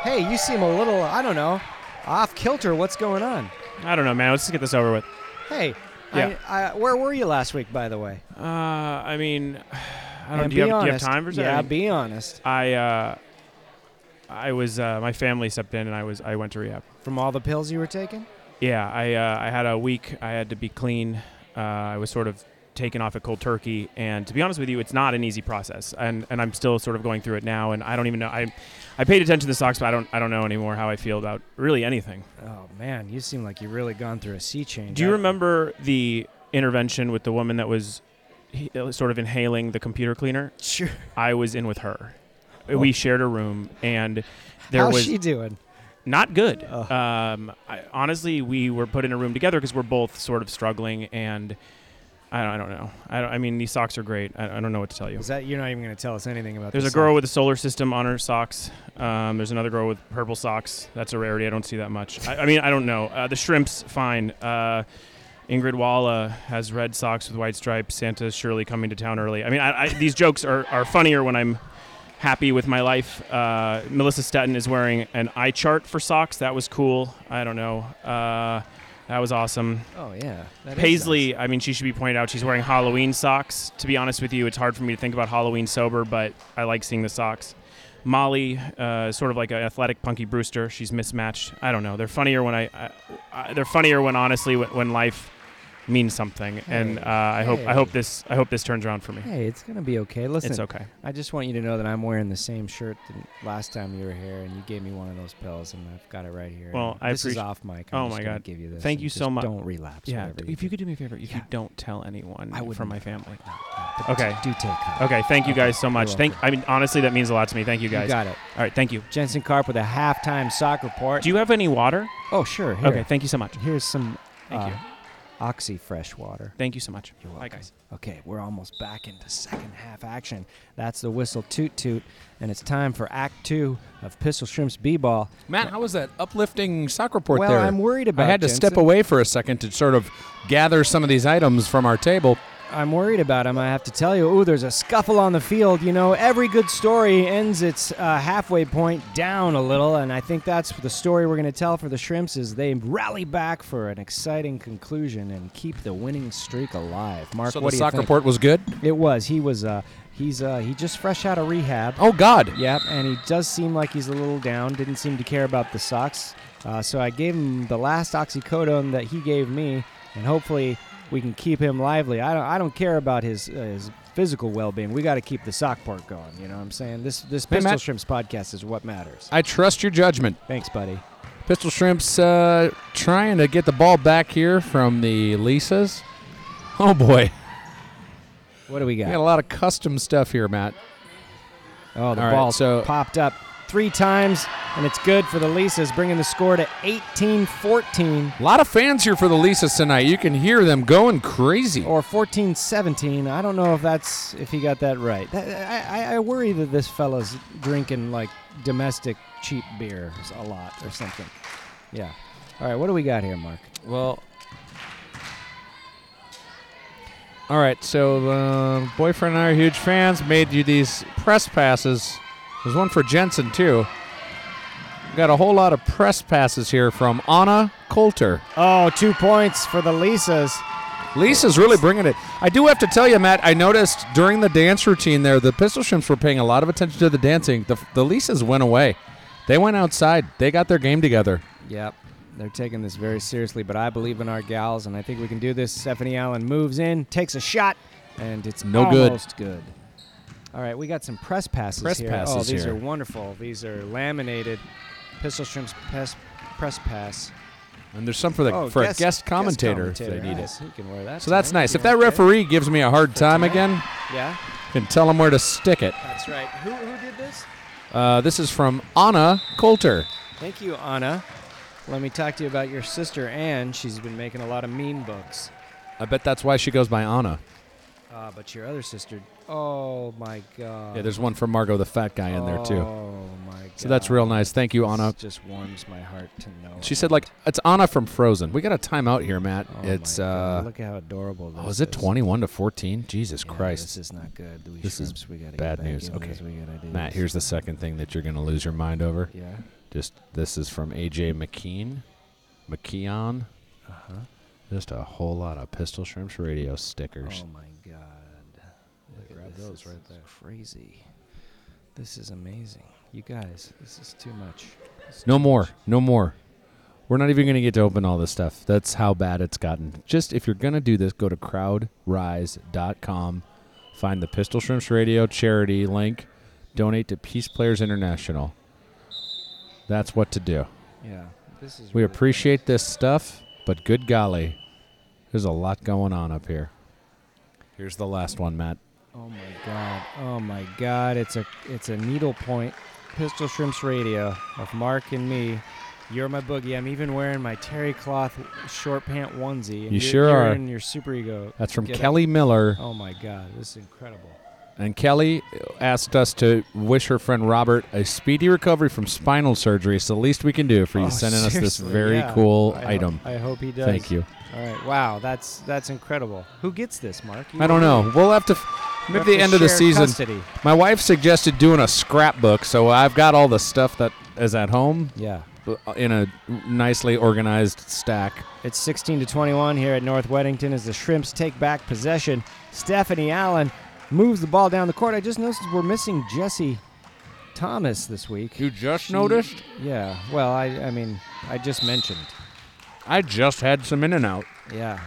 Hey, you seem a little, I don't know, off kilter. What's going on? I don't know, man. Let's just get this over with. Hey, Yeah. I, I, where were you last week, by the way? Uh, I mean, (sighs) I don't. And Do you, be have, do you have honest. time for something? Yeah, be honest. I, uh, I was. Uh, my family stepped in, and I was. I went to rehab. From all the pills you were taking? Yeah, I. Uh, I had a week. I had to be clean. Uh, I was sort of taken off at cold turkey, and to be honest with you, it's not an easy process, and and I'm still sort of going through it now, and I don't even know. I, I paid attention to the socks, but I don't. I don't know anymore how I feel about really anything. Oh, man, you seem like you've really gone through a sea change. Do you I- remember the intervention with the woman that was he- uh, sort of inhaling the computer cleaner? (laughs) Sure. I was in with her. We shared a room, and there How's was Oh. she doing? not good. Oh. Um, I, honestly, we were put in a room together because we're both sort of struggling, and I don't, I don't know. I, don't, I mean, these socks are great. I, I don't know what to tell you. Is that you're not even going to tell us anything about? There's a this uh, girl song. with a solar system on her socks. Um, there's another girl with purple socks. That's a rarity. I don't see that much. I, I mean, I don't know. Uh, the shrimp's fine. Uh, Ingrid Walla has red socks with white stripes. Santa's surely coming to town early. I mean, I, I, these jokes are, are funnier when I'm happy with my life. Uh, Melissa Stetton is wearing an eye chart for socks. That was cool. I don't know. Uh, that was awesome. Oh yeah, that is Paisley, I mean, she should be pointed out she's wearing Halloween socks. To be honest with you, it's hard for me to think about Halloween sober, but I like seeing the socks. Molly, uh, is sort of like an athletic Punky Brewster, she's mismatched. I don't know. They're funnier when I, I, I they're funnier when honestly when, when life means something. and uh, I hope I hope this I hope this turns around for me. nice. Hey, it's gonna be okay. Listen, It's okay. I just want you to know that I'm wearing the same shirt that last time you were here, and you gave me one of those pills, and I've got it right here. Well, And I this is appreciate- off mic. I'm Oh just my gonna God. Give you this. Thank and you just so much. Don't relapse. Yeah. whatever If you could do me a favor, if Yeah. you don't tell anyone I would from my not. family. No, no, but (laughs) Okay. Do take. that. Okay. Thank you Okay. guys so much. You're Thank. I mean, honestly, that means a lot to me. Thank you guys. You got it. All right. Thank you. Jensen Karp with a halftime sock report. Do you have any water? oh sure. Here. Okay. Thank you so much. Here's some. Thank uh, you. Oxy fresh water. Thank you so much. You're Bye, welcome. guys. Okay, we're almost back into second half action. That's the whistle toot toot, and it's time for Act Two of Pistol Shrimp's B-ball. Matt, how was that uplifting sock report well, there? I'm worried about. I had to step Jensen. away for a second to sort of gather some of these items from our table. I'm worried about him. I have to tell you. Ooh, there's a scuffle on the field. You know, every good story ends its uh, halfway point down a little, and I think that's the story we're going to tell for the Shrimps is they rally back for an exciting conclusion and keep the winning streak alive. Mark, so what the do sock you think? report was good. It was. He was. Uh, he's. Uh, he just fresh out of rehab. Oh God, Yep, and he does seem like he's a little down. Didn't seem to care about the socks. Uh, so I gave him the last oxycodone that he gave me, and hopefully we can keep him lively. I don't. I don't care about his uh, his physical well-being. We got to keep the sock part going. You know what I'm saying? This this Hey, Pistol Matt. Shrimps podcast is what matters. I trust your judgment. Thanks, buddy. Pistol Shrimp's uh, trying to get the ball back here from the Lisas. Oh boy, What do we we got? got a lot of custom stuff here, Matt. Oh, the All right, ball so- popped up three times, and it's good for the Lisas, bringing the score to 18 14 A lot of fans here for the Lisas tonight. You can hear them going crazy. or 14 17. I don't know if that's if he got that right. That- I, I, I worry that this fella's drinking like domestic cheap beer a lot or something. Yeah. All right, what do we got here, Mark? Well, all right. So uh, boyfriend and I are huge fans. Made you these press passes. There's one for Jensen too. Got a whole lot of press passes here from Anna Coulter. Oh, two points for the Lisas. Lisa's really bringing it. I do have to tell you, Matt. I noticed during the dance routine there, the Pistol Shrimps were paying a lot of attention to the dancing. The the Lisas went away. They went outside. They got their game together. Yep. They're taking this very seriously, but I believe in our gals, and I think we can do this. Stephanie Allen moves in, takes a shot, and it's No good. almost good. All right, we got some press passes Press here. oh, passes these here. are wonderful. These are laminated pistol shrimps press, press pass. And there's some for the oh, for a guest commentator, if they need it. Nice. You can wear that. So that's tonight. nice. If Yeah, that okay. referee gives me a hard time tonight. again, Yeah, can tell him where to stick it. that's right. Who, who did this? Uh, this is from Anna Coulter. Thank you, Anna. Let me talk to you about your sister Anne. She's been making a lot of mean books. I bet that's why she goes by Anna. Ah, but your other sister. Oh my God. Yeah, there's one for Margot the fat guy in there too. Oh my God. So that's real nice. Thank you, This Anna. just warms my heart to know. She it. said like it's Anna from Frozen. We got a timeout here, Matt. Oh my it's God, uh Look at how adorable. This oh, is it is. 21 to 14? Jesus Yeah, Christ. This is not good. We This is shrimps, we gotta get bad back news. in Okay. this, we gotta do Matt, this. here's the second thing that you're going to lose your mind over. Yeah. Just this is from AJ McKean. McKeon. Uh huh. Just a whole lot of Pistol Shrimps radio stickers. Oh my God. Look at grab this. those right This there. is Crazy. This is amazing. You guys, this is too much. This is No too more. much. No more. We're not even going to get to open all this stuff. That's how bad it's gotten. Just if you're going to do this, go to crowdrise.com, find the Pistol Shrimps Radio charity link, donate to Peace Players International. That's what to do. Yeah. This is. We really bad. appreciate this stuff, but good golly, there's a lot going on up here. Here's the last one, Matt. Oh my god. Oh my god. It's a it's a needle point pistol shrimps radio of Mark and me. You're my boogie. I'm even wearing my terry cloth short pant onesie. And You you're, sure you're are. In your super ego. That's from Get up. Kelly Miller. Oh my god. This is incredible. And Kelly asked us to wish her friend Robert a speedy recovery from spinal surgery. It's the least we can do for you Oh, (laughs) sending us this seriously, very yeah. cool I ho- item. I hope he does. Thank you. All right. Wow. That's that's incredible. Who gets this, Mark? You I don't know. We'll have to. F- you maybe have the to end of the share season. Custody. My wife suggested doing a scrapbook, so I've got all the stuff that is at home Yeah. uh, in a nicely organized stack. It's 16 to 21 here at North Weddington as the Shrimps take back possession. Stephanie Allen moves the ball down the court. I just noticed we're missing Jesse Thomas this week. just She- Yeah. Well, I, I mean, I just mentioned. I just had some In and Out. Yeah.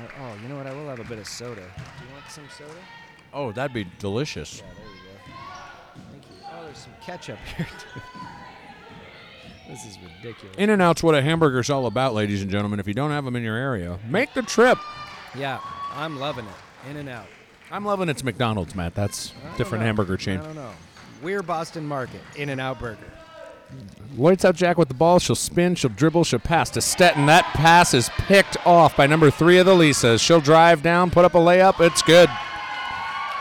I- oh, you know what? I will have a bit of soda. Do you want some soda? Oh, that'd be delicious. Yeah, there you go. Thank you. Oh, there's some ketchup (laughs) here too. this is ridiculous. In and Out's what a hamburger's all about, ladies and gentlemen. If you don't have them in your area, make the trip. yeah, I'm loving it. In and out. I'm loving it's McDonald's, Matt. That's I don't different know. hamburger chain. I don't know. We're Boston Market. In and out burger. Lights out Jack with the ball. She'll spin. She'll dribble. She'll pass to Stetton. That pass is picked off by number three of the Lisas. She'll drive down, put up a layup. It's good.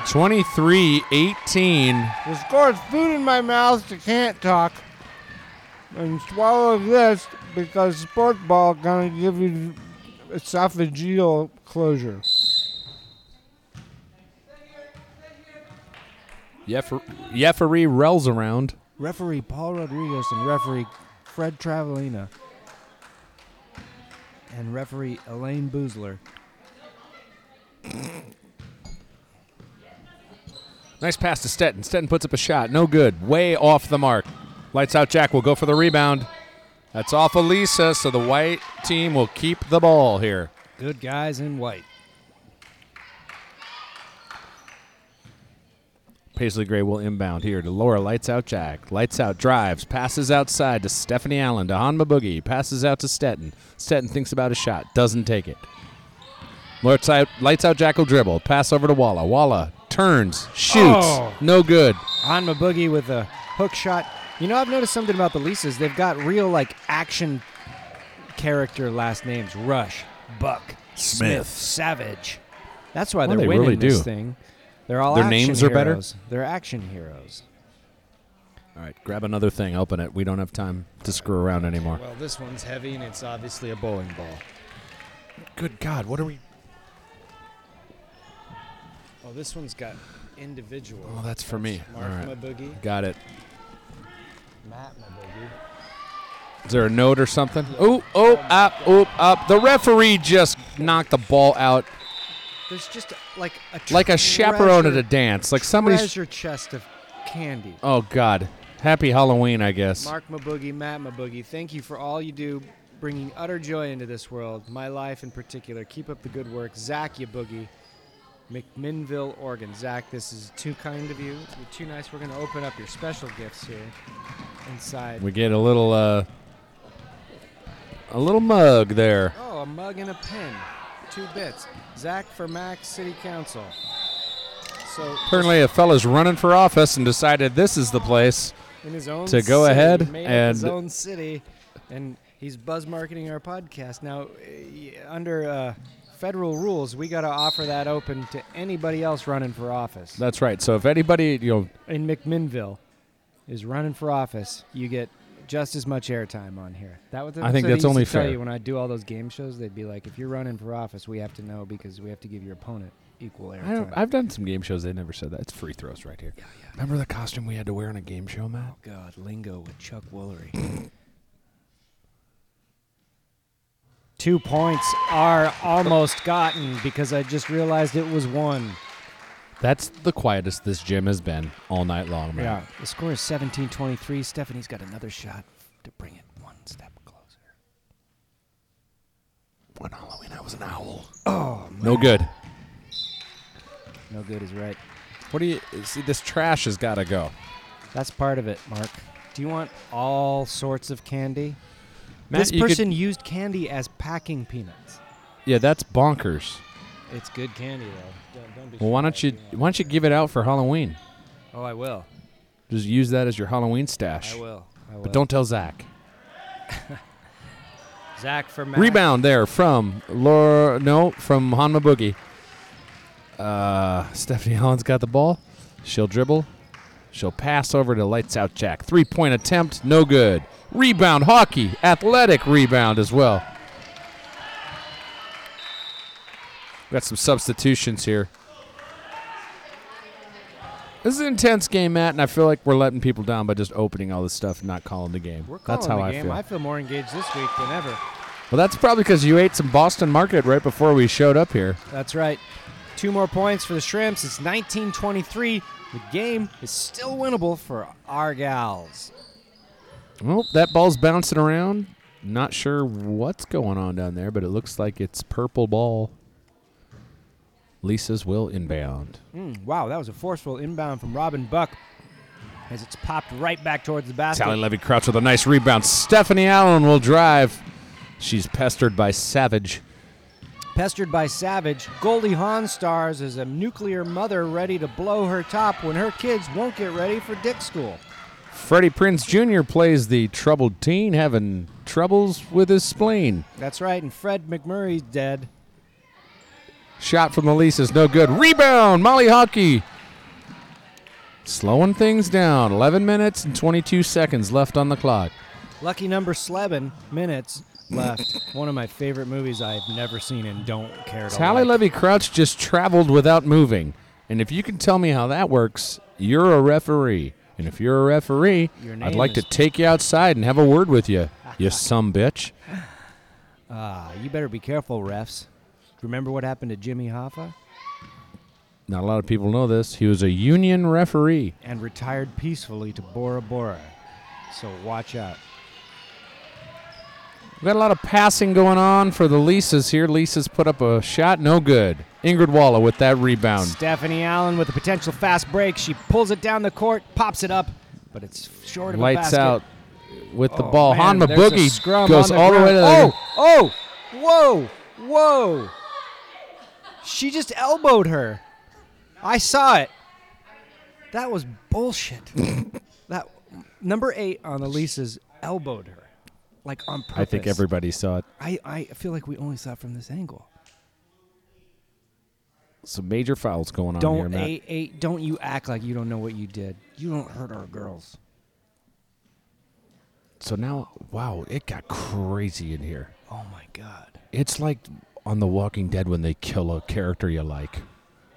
23-18. There's course food in my mouth that can't talk. And swallow this because sport ball gonna give you esophageal closure. Yeffer- Yeffery rails around. Referee Paul Rodriguez and referee Fred Travelina and referee Elaine Boozler. Nice pass to Stetton. Stetton puts up a shot. No good. Way off the mark. Lights out Jack will go for the rebound. That's off of Lisa, so the white team will keep the ball here. Good guys in white. Paisley Gray will inbound here to Laura. Lights out Jack. Lights out drives. Passes outside to Stephanie Allen. To Hanma Boogie. Passes out to Stetton. Stetton thinks about a shot. Doesn't take it. Lights out, lights out Jack will dribble. Pass over to Walla. Walla turns. Shoots. Oh. No good. on my boogie with a hook shot. You know, I've noticed something about the Lisas. They've got real like action character last names: Rush, Buck, Smith, Smith. Savage. That's why Well, they're they winning really this do. thing. They're all Their action names are better? heroes. They're action heroes. All right, grab another thing. Open it. We don't have time to screw around anymore. Well, this one's heavy, and it's obviously a bowling ball. Good God, what are we? Oh, this one's got individual. Oh, that's for me. All Mark my right, boogie, got it. Matt my boogie. Is there a note or something? Oh, oh, up, oop, up. The referee just knocked the ball out There's just like a like a chaperone at treasure- a dance. Like somebody's. treasure chest of candy. Oh God. Happy Halloween, I guess. Mark Maboogie, Matt Maboogie, thank you for all you do, bringing utter joy into this world, my life in particular. Keep up the good work, Zach Yaboogie, McMinnville, Oregon. Zach, this is too kind of you. You're too nice. We're going to open up your special gifts here inside. We get a little, uh, a little mug there. Oh, a mug and a pen, two bits. Zach for Max City Council. So Apparently, a fella's running for office and decided this is the place. in his own to go city, ahead made up his and- own city, and he's buzz marketing our podcast now. eh, Under uh, federal rules, we got to offer that open to anybody else running for office. That's right. So if anybody, you know, in McMinnville is running for office, you get just as much airtime on here. That was I think so they that's used to only Tell fair. you when I do all those game shows, they'd be like, "If you're running for office, we have to know because we have to give your opponent equal airtime." I don't, I've done some game shows. They never said that. It's free throws right here. Remember the costume we had to wear in a game show, Matt? God, lingo with Chuck Woolery. Two points are almost gotten because I just realized it was one. That's the quietest this gym has been all night long, man. The score is 17 23. Stephanie's got another shot to bring it one step closer. One Halloween, I was an owl. Oh, no good. No good is right. What do you see? This trash has got to go. That's part of it, Mark. Do you want all sorts of candy? Matt, this you could- person used candy as packing peanuts. yeah, that's bonkers. It's good candy, though. Don't, don't be Well, why don't you why don't you give it out for Halloween? Oh, I will. Just use that as your Halloween stash. I will. I will. But don't tell Zach. Zach for Max. Rebound there from Laura. No, from Hanma Boogie. Uh, Stephanie Allen's got the ball. She'll dribble. She'll pass over to lights out Jack. Three point attempt, no good. Rebound, hockey, athletic rebound as well. We got some substitutions here. This is an intense game, Matt, and I feel like we're letting people down by just opening all this stuff and not calling the game. We're calling That's how the I game. feel. I feel more engaged this week than ever. Well, that's probably because you ate some Boston Market right before we showed up here. That's right. Two more points for the Shrimps. It's 19-23. The game is still winnable for our gals. Well, that ball's bouncing around. Not sure what's going on down there, but it looks like it's purple ball. Lisa's will inbound. Mm, wow, that was a forceful inbound from Robin Buck as it's popped right back towards the basket. Tally Levy Crouch with a nice rebound. Stephanie Allen will drive. She's pestered by Savage. Pestered by Savage, Goldie Hawn stars as a nuclear mother ready to blow her top when her kids won't get ready for dick school. Freddie Prince Jr. plays the troubled teen having troubles with his spleen. That's right, and Fred McMurray's dead. Shot from the Lisa's no good. Rebound, Molly Hockey. Slowing things down. 11 minutes and 22 seconds left on the clock. Lucky number 11 minutes left. One of my favorite movies I've never seen and don't care to Tally like. Levy Crouch just traveled without moving. And if you can tell me how that works, you're a referee. And if you're a referee, Your I'd name like is- to take you outside and have a word with you, (laughs) you some bitch. Ah, you better be careful, refs. Remember what happened to Jimmy Hoffa? Not a lot of people know this. He was a union referee. And retired peacefully to Bora Bora. So watch out. We've got a lot of passing going on for the Lisa's here. Lisa's put up a shot, no good. Ingrid Walla with that rebound. Stephanie Allen with a potential fast break. She pulls it down the court, pops it up, but it's short of Lights a basket. out with the Oh, ball. man, Hanma there's a Boogie scrum goes on all the way to ground. the. Oh, oh, whoa, whoa. She just elbowed her. I saw it. That was (laughs) bullshit. that number eight on Elise's elbowed her, like on purpose. I think everybody saw it. I, I feel like we only saw it from this angle. Some major fouls going on here, Don't Matt. eight, eight, don't you act like you don't know what you did. You don't hurt our girls. So now, wow, it got crazy in here. Oh my god. It's like on The Walking Dead when they kill a character you like.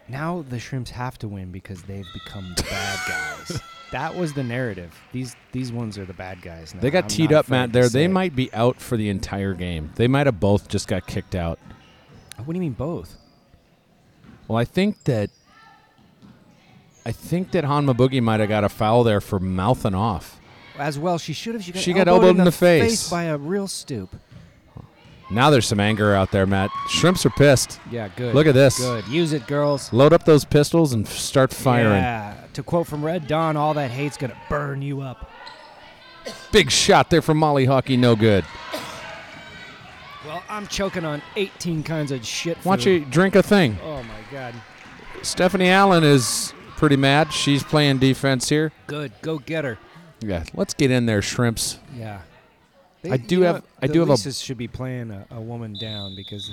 Now the shrimps have to win because they've become the bad guys. (laughs) That was the narrative. These these ones are the bad guys now. They got I'm teed not up, Matt. afraid to There, they say it. might be out for the entire game. They might have both just got kicked out. What do you mean both? Well, I think that, I think that Hanma Boogie might have got a foul there for mouthing off. As well, she should have. She got, She got elbowed in the face. by a real stoop. Now there's some anger out there, Matt. Shrimps are pissed. Yeah, good. Look at this. Good. Use it, girls. Load up those pistols and f- start firing. Yeah. To quote from Red Dawn, all that hate's gonna burn you up. Big shot there from Molly Hockey. No good. Well, I'm choking on 18 kinds of shit. Why don't food. you drink a thing? Oh my god. Stephanie Allen is pretty mad. She's playing defense here. Good. Go get her. Yeah, let's get in there, shrimps. Yeah. I do have- I do have a- a. should be playing a, a woman down because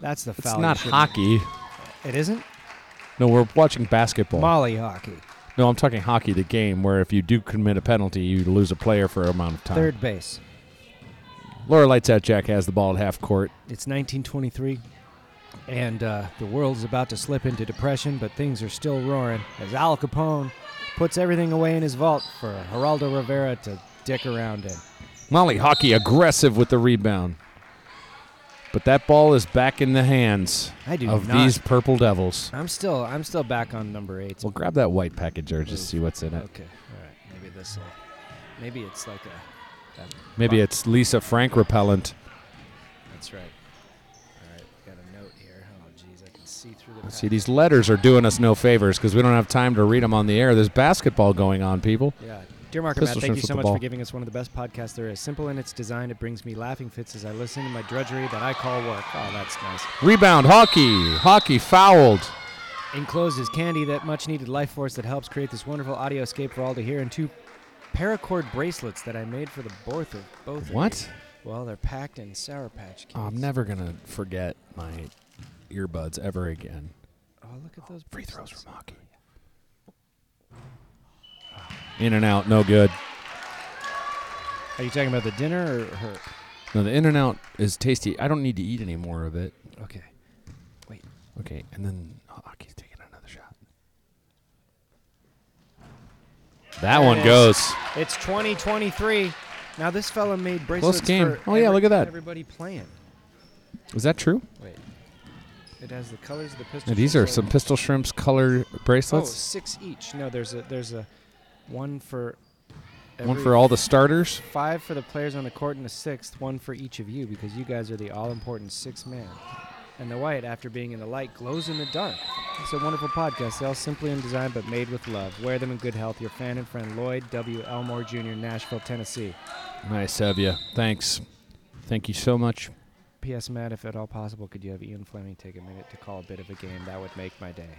that's the It's foul. you not shouldn't- hockey. It isn't No, we're watching basketball. Molly hockey. No, I'm talking hockey, the game where if you do commit a penalty, you lose a player for an amount of time. Third base. Laura Lights Out Jack has the ball at half court. It's 1923, and uh, the world's about to slip into depression, but things are still roaring as Al Capone puts everything away in his vault for Geraldo Rivera to dick around in. Molly Hockey aggressive with the rebound. But that ball is back in the hands I do of not. these Purple Devils. I'm still, I'm still back on number eight. Well, grab that white package there just see what's in it. Okay, all right. Maybe this, will maybe it's like a. that- Maybe it's Lisa Frank repellent. That's right. All right, got a note here. Oh, jeez, I can see through the. Let's See, these letters are doing us no favors because we don't have time to read them on the air. There's basketball going on, people. Yeah. Dear Mark and Pistol Matt, thank you shrimps with so the much ball. for giving us one of the best podcasts there is. Simple in its design, it brings me laughing fits as I listen to my drudgery that I call work. Oh, that's nice. Rebound, Hockey. Hockey fouled. Enclosed is candy, that much needed life force that helps create this wonderful audio escape for all to hear, and two paracord bracelets that I made for the both of both. of What? you. Well, they're packed in Sour Patch Kids. Oh, I'm never going to forget my earbuds ever again. Oh, look at those Free throws bracelets. from Hockey. In and out, no good. Are you talking about the dinner or her? No, the In and Out is tasty. I don't need to eat any more of it. Okay. Okay, and then Hockey's taking another shot. That There one it is. goes. It's 2023. Now this fella made bracelets game. for Oh, yeah, every- look at that. Everybody playing. Is that true? Wait. It has the colors of the Now, pistol. these are shrimps some on- pistol shrimps color Oh, bracelets. six each. No, there's a there's a one for One Oh, every- for all the starters. five for the players on the court and a sixth, one for each of you because you guys are the all important six man. And the white, after being in the light, glows in the dark. It's a wonderful podcast. They're all simply in design but made with love. Wear them in good health. Your fan and friend Lloyd W. Elmore Jr., Nashville, Tennessee. Nice of you. Thanks. Thank you so much. P.S. Matt, if at all possible, could you have Ian Fleming take a minute to call a bit of a game? That would make my day.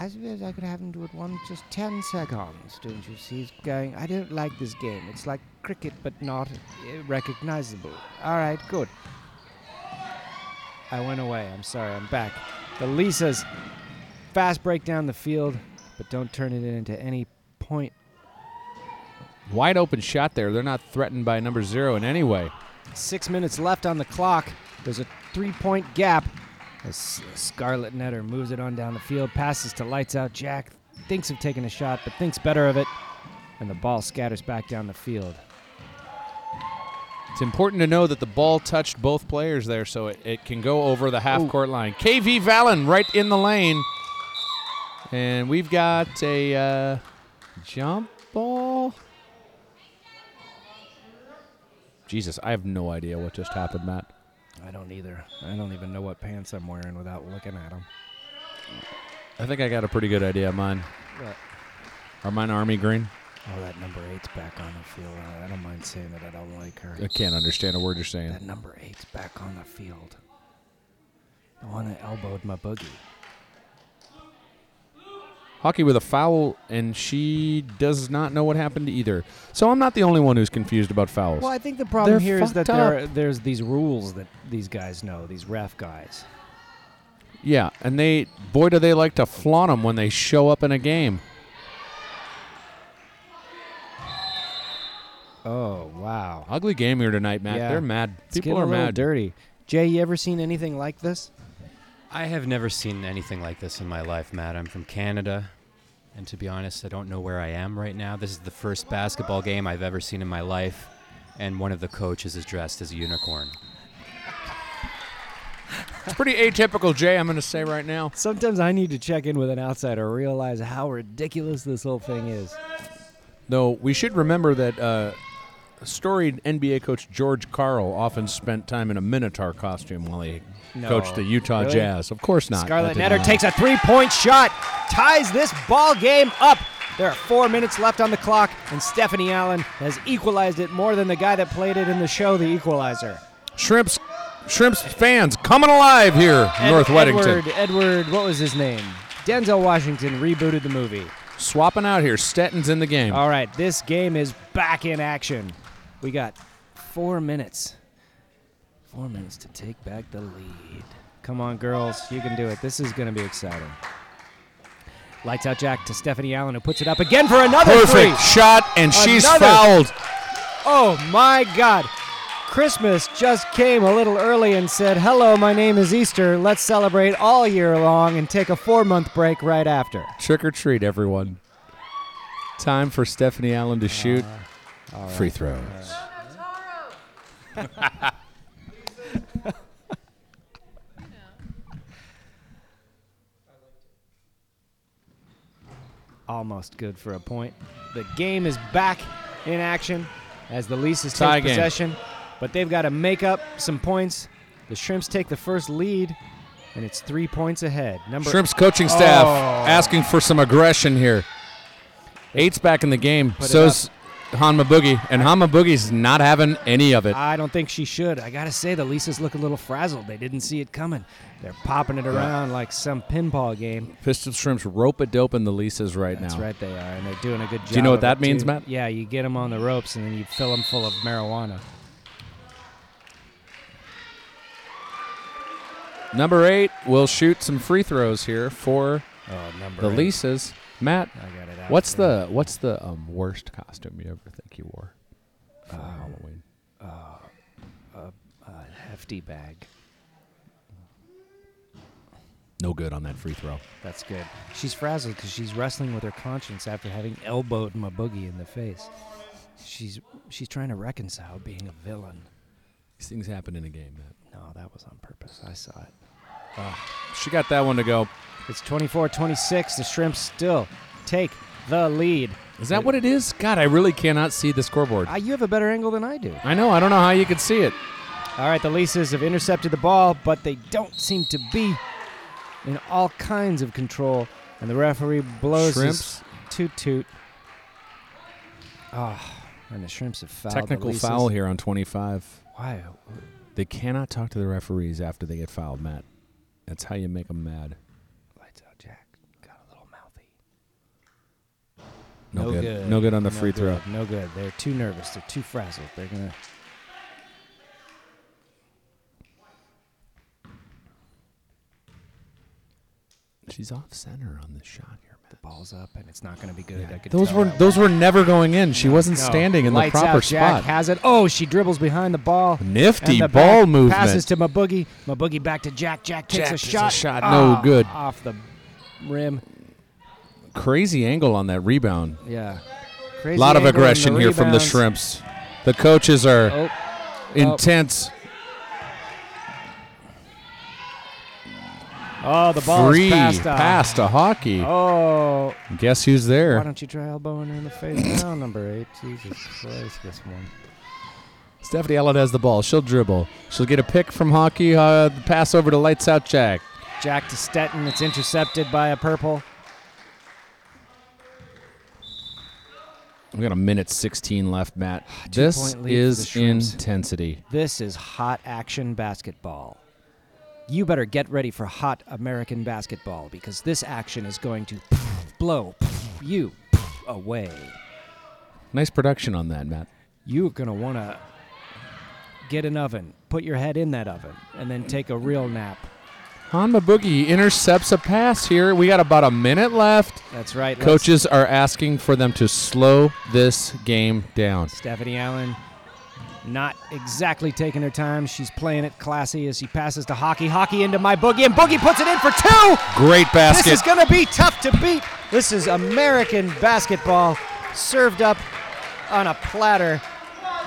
I suppose I could have him do it one just ten seconds, don't you see? He's going, I don't like this game. It's like cricket, but not uh, recognizable. All right, good. I went away. I'm sorry. I'm back. The Lisas fast break down the field, but don't turn it into any point. Wide open shot there. They're not threatened by number zero in any way. Six minutes left on the clock. There's a three point gap. As Scarlet Netter moves it on down the field, passes to lights out Jack, thinks of taking a shot, but thinks better of it, and the ball scatters back down the field. It's important to know that the ball touched both players there, so it, it can go over the half court line. KV Valen right in the lane. And we've got a uh, jump ball. Jesus, I have no idea what just happened, Matt. I don't either. I don't even know what pants I'm wearing without looking at them. I think I got a pretty good idea of mine. What? Are mine army green? Oh, that number eight's back on the field. I don't mind saying that I don't like her. I can't understand a word you're saying. That number eight's back on the field. The one that elbowed my boogie. Hockey with a foul, and she does not know what happened either. So I'm not the only one who's confused about fouls. Well, I think the problem They're here is that fucked there are, there's these rules that these guys know, these ref guys. Yeah, and they boy do they like to flaunt them when they show up in a game. Oh wow, Ugly game here tonight, Matt. Yeah. They're mad. it's getting People a are little mad. dirty. Jay, you ever seen anything like this? I have never seen anything like this in my life, Matt. I'm from Canada, and to be honest, I don't know where I am right now. This is the first basketball game I've ever seen in my life, and one of the coaches is dressed as a unicorn. It's pretty atypical, Jay. I'm going to say right now. Sometimes I need to check in with an outsider, realize how ridiculous this whole thing is. Though we should remember that uh, storied NBA coach George Carl often spent time in a minotaur costume while he coached the Utah Really? Jazz. Of course not. Scarlett That did Netter not. takes a three-point shot, ties this ball game up. There are four minutes left on the clock, and Stephanie Allen has equalized it more than the guy that played it in the show, The Equalizer. shrimps. Shrimps fans coming alive here, in Ed- North Weddington. Edward, Edward, what was his name? Denzel Washington rebooted the movie. Swapping out here. Stetton's in the game. (laughs) All right, this game is back in action. We got four minutes. Four minutes to take back the lead. Come on, girls, you can do it. This is going to be exciting. Lights out Jack to Stephanie Allen, who puts it up again for another Perfect three. shot, and she's Another- fouled. Oh my God. Christmas just came a little early and said, Hello, my name is Easter. Let's celebrate all year long and take a four month break right after. Trick or treat, everyone. Time for Stephanie Allen to shoot Uh, free throws. almost good for a point. The game is back in action as the Leases Tie take game. possession, but they've got to make up some points. The Shrimps take the first lead, and it's three points ahead. Number Shrimps coaching staff Oh. asking for some aggression here. Eight's back in the game. Put it So's Hanma Boogie, and Hanma Boogie's not having any of it. I don't think she should. I gotta say, the Leases look a little frazzled. They didn't see it coming. They're popping it around like some pinball game. Pistol Shrimps rope a dope in the Lisa's right That's now. right, they are, and they're doing a good job. you know what of that it, means, too. Matt? Yeah, you get them on the ropes, and then you fill them full of marijuana. Number eight will shoot some free throws here for Oh, number the eight. Lisa's. Matt, I got it. out what's there. the what's the um, worst costume you ever think you wore for Halloween? uh, hefty bag? No good on that free throw. That's good. She's frazzled because she's wrestling with her conscience after having elbowed my boogie in the face. She's she's trying to reconcile being a villain. These things happen in a game, Matt. No, that was on purpose. I saw it. She got that one to go. It's 24-26. The Shrimps still take the lead. Is that what it is? God, I really cannot see the scoreboard. Ah, you have a better angle than I do. I know. I don't know how you could see it. All right, the Leases have intercepted the ball, but they don't seem to be in all kinds of control. And the referee blows his Shrimps toot toot. Ah, and the Shrimps have fouled. the technical Leases. foul here on 25. Why? They cannot talk to the referees after they get fouled, Matt. That's how you make them mad. Lights out, Jack. Got a little mouthy. No, good. No good on the free throw. No good. They're too nervous. They're too frazzled. They're gonna. She's off center on the shot here, Matt. Balls up, and it's not gonna be good. I could Those tell were that those were never going in. She wasn't No. standing in Lights the proper out, Jack spot. has it. Oh, she dribbles behind the ball. Nifty And the ball back movement. Passes to Maboogie. Maboogie back to Jack. Jack takes Jack a does a shot. shot. Ah, No good. Off the rim. Crazy angle on that rebound. Yeah. Crazy A lot of angle and aggression here from the rebounds. shrimps. The coaches are Oh, intense. oh the ball Free is passed. off. pass to hockey. Oh, Guess who's why there? don't you try elbowing her in the face now, number eight? Jesus Christ, this one. Stephanie Allen has the ball. She'll dribble. She'll get a pick from hockey. Uh, the pass over to lights out Jack. Jack to Stetton. It's intercepted by a purple. We got a minute 16 (sighs) left, Matt. This lead for the is Shrimps. intensity. This is hot action basketball. You better get ready for hot American basketball because this action is going to blow you away. Nice production on that, Matt. You're gonna wanna get an oven, put your head in that oven, and then take a real nap. Hanma Boogie intercepts a pass here. We got about a minute left. That's right, let's- Coaches are asking for them to slow this game down. Stephanie Allen not exactly taking her time. She's playing it classy as she passes to Hockey. Hockey into my Boogie, and Boogie puts it in for two. Great basket. This is going to be tough to beat. This is American basketball served up on a platter.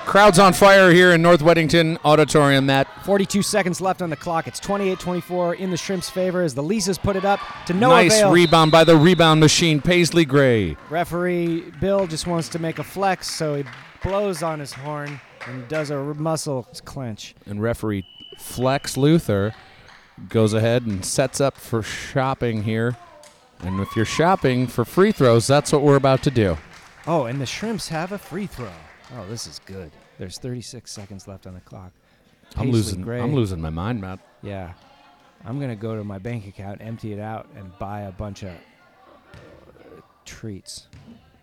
Crowd's on fire here in North Weddington Auditorium, Matt. 42 seconds left on the clock. It's 28 24 in the Shrimps' favor as the Lisas put it up to no nice avail. rebound by the rebound machine, Paisley Gray. Referee Bill just wants to make a flex, so he blows on his horn and does a r- muscle clench. And referee Flex Luther goes ahead and sets up for shopping here. And if you're shopping for free throws, that's what we're about to do. Oh, and the Shrimps have a free throw. Oh, this is good. There's 36 seconds left on the clock. I'm Paisley losing Gray. I'm losing my mind, Matt. Yeah. I'm going to go to my bank account, empty it out, and buy a bunch of uh, treats.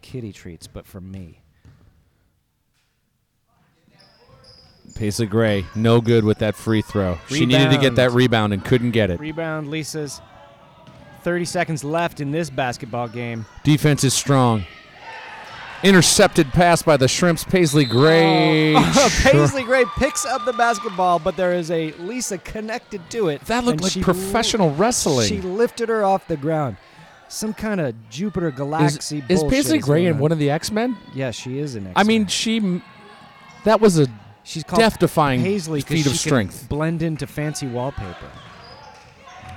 Kitty treats, but for me. Paisley Gray, no good with that free throw. She needed to get Rebound. that rebound and couldn't get it. Rebound, Lisa's. 30 seconds left in this basketball game. Defense is strong. Intercepted pass by the Shrimps. (laughs) Paisley Gray. Oh, Paisley Gray picks up the basketball, but there is a Lisa connected to it. That looked and like she professional wrestling. She lifted her off the ground. Some kind of Jupiter is, Galaxy is bullshit Paisley Gray going in on. one of the X Men? Yeah, she is an. I mean, X-Men. she. m- That was a she's called death-defying Paisley 'cause feat of she can strength. blend into fancy wallpaper.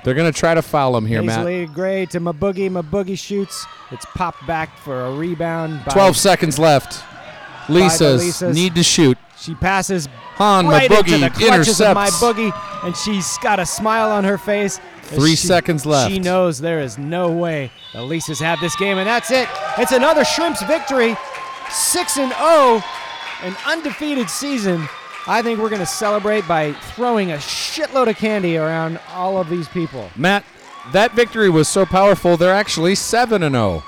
They're gonna try to foul him here, Matt. Paisley Gray to Maboogie. Maboogie shoots. It's popped back for a rebound. By, Twelve seconds left. Lisa's, Lisas. need to shoot. She passes Han right into the Maboogie clutches of my intercepts. boogie, and she's got a smile on her face. as Three she- seconds left. She knows there is no way the Lisas have this game, and that's it. It's another Shrimps victory, six and zero, an undefeated season. I think we're going to celebrate by throwing a shitload of candy around all of these people. Matt, that victory was so powerful. They're actually seven and zero.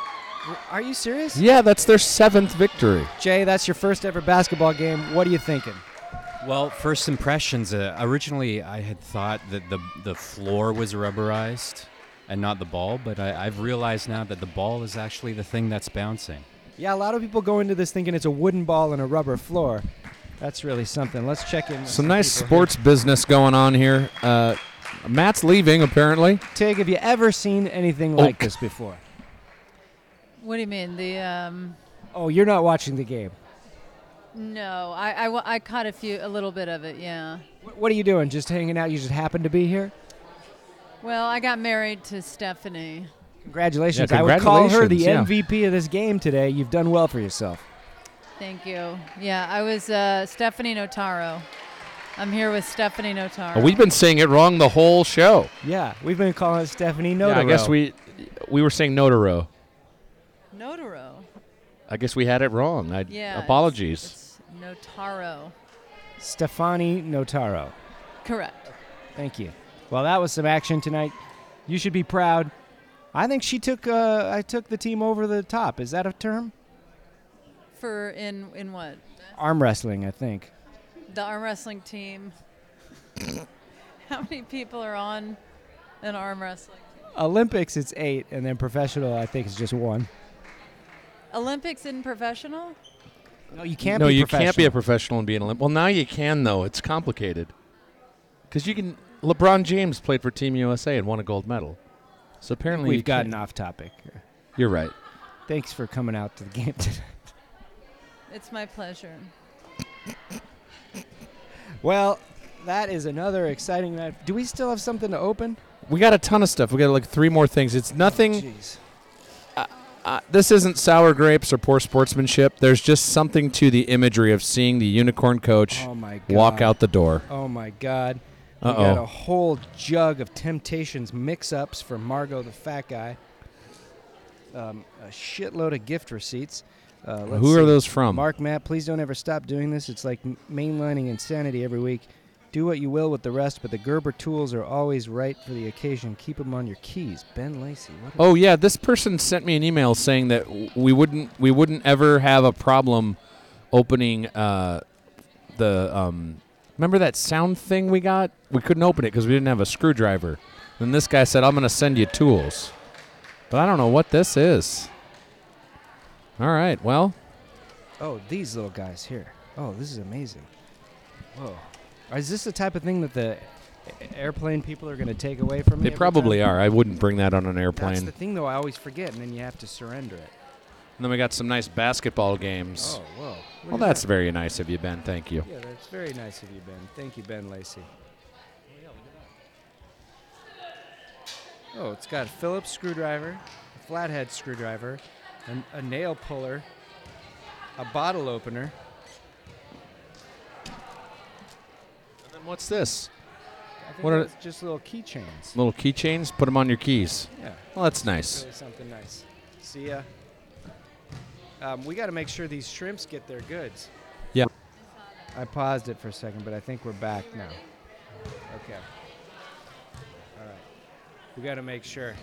Are you serious? Yeah, that's their seventh victory. Jay, that's your first ever basketball game. What are you thinking? Well, first impressions. Uh, originally, I had thought that the the floor was rubberized and not the ball, but I, I've realized now that the ball is actually the thing that's bouncing. Yeah, a lot of people go into this thinking it's a wooden ball and a rubber floor. That's really something. Let's check in. with Some nice people here. sports business going on here. Uh, Matt's leaving apparently. Tig, have you ever seen anything Oh, like c- this before? What do you mean? The um, Oh, you're not watching the game. no, I, I wa- I caught a few, a little bit of it. Yeah. Wh- What are you doing? Just hanging out? You just happen to be here? Well, I got married to Stephanie. Congratulations. Yeah, I would call her the congratulations, yeah. MVP of this game today. You've done well for yourself. Thank you. Yeah, I was uh, Stephanie Notaro. I'm here with Stephanie Notaro. Uh, Oh, We've been saying it wrong the whole show. Yeah, we've been calling it Stephanie No. yeah, I guess we we were saying Notaro. Notaro. I guess we had it wrong. I, Yeah. it's- apologies. it's Notaro. Stefani Notaro. Correct. Thank you. Well, that was some action tonight. You should be proud. I think she took. Uh, I took the team over the top. Is that a term? For in in what? Arm wrestling, I think. The arm wrestling team. (laughs) How many people are on an arm wrestling? Olympics, it's eight, and then professional, I think, is just one. Olympics in professional? No, you can't. no, be you can't be a professional and be an Olympic. Well, now you can though. It's complicated because you can. LeBron James played for Team USA and won a gold medal. So apparently you We've can't- gotten off topic. You're right. Thanks for coming out to the game (laughs) tonight. It's my pleasure. Well, that is another exciting night. Do we still have something to open? We got a ton of stuff. We got like three more things. It's nothing. Jeez. Uh, this isn't sour grapes or poor sportsmanship. There's just something to the imagery of seeing the unicorn coach Oh my god. walk out the door. Oh my god. We got a Uh oh. whole jug of Temptations mix-ups from Margot the Fat Guy. Um, a shitload of gift receipts. Uh, let's Who are see. those from? Mark, Matt, please don't ever stop doing this. It's like m- mainlining insanity every week. Do what you will with the rest, but the Gerber tools are always right for the occasion. Keep them on your keys. Ben Lacey. What a- Oh yeah, this person sent me an email saying that w- we wouldn't we wouldn't ever have a problem opening uh, the um, remember that sound thing we got? We couldn't open it because we didn't have a screwdriver. Then this guy said, "I'm going to send you tools," but I don't know what this is. All right, well, Oh, these little guys here. Oh, this is amazing. Whoa. Is this the type of thing that the a- airplane people are going to take away from me? they probably are. I wouldn't bring that on an airplane. That's the thing, though. I always forget, and then you have to surrender it. and then we got some nice basketball games. Oh, whoa. Look well, at that's that. very nice of you, Ben. Thank you. Yeah, that's very nice of you, Ben. Thank you, Ben Lacey. Oh, it's got a Phillips screwdriver, a flathead screwdriver, an, a nail puller, a bottle opener. And then what's this? I think What are- it's just little keychains. Little keychains. Put them on your keys. Yeah. Well, that's nice. Really something nice. See ya. Um, we got to make sure these shrimps get their goods. Yeah. I paused it for a second, but I think we're back now. Okay. All right. We got to make sure.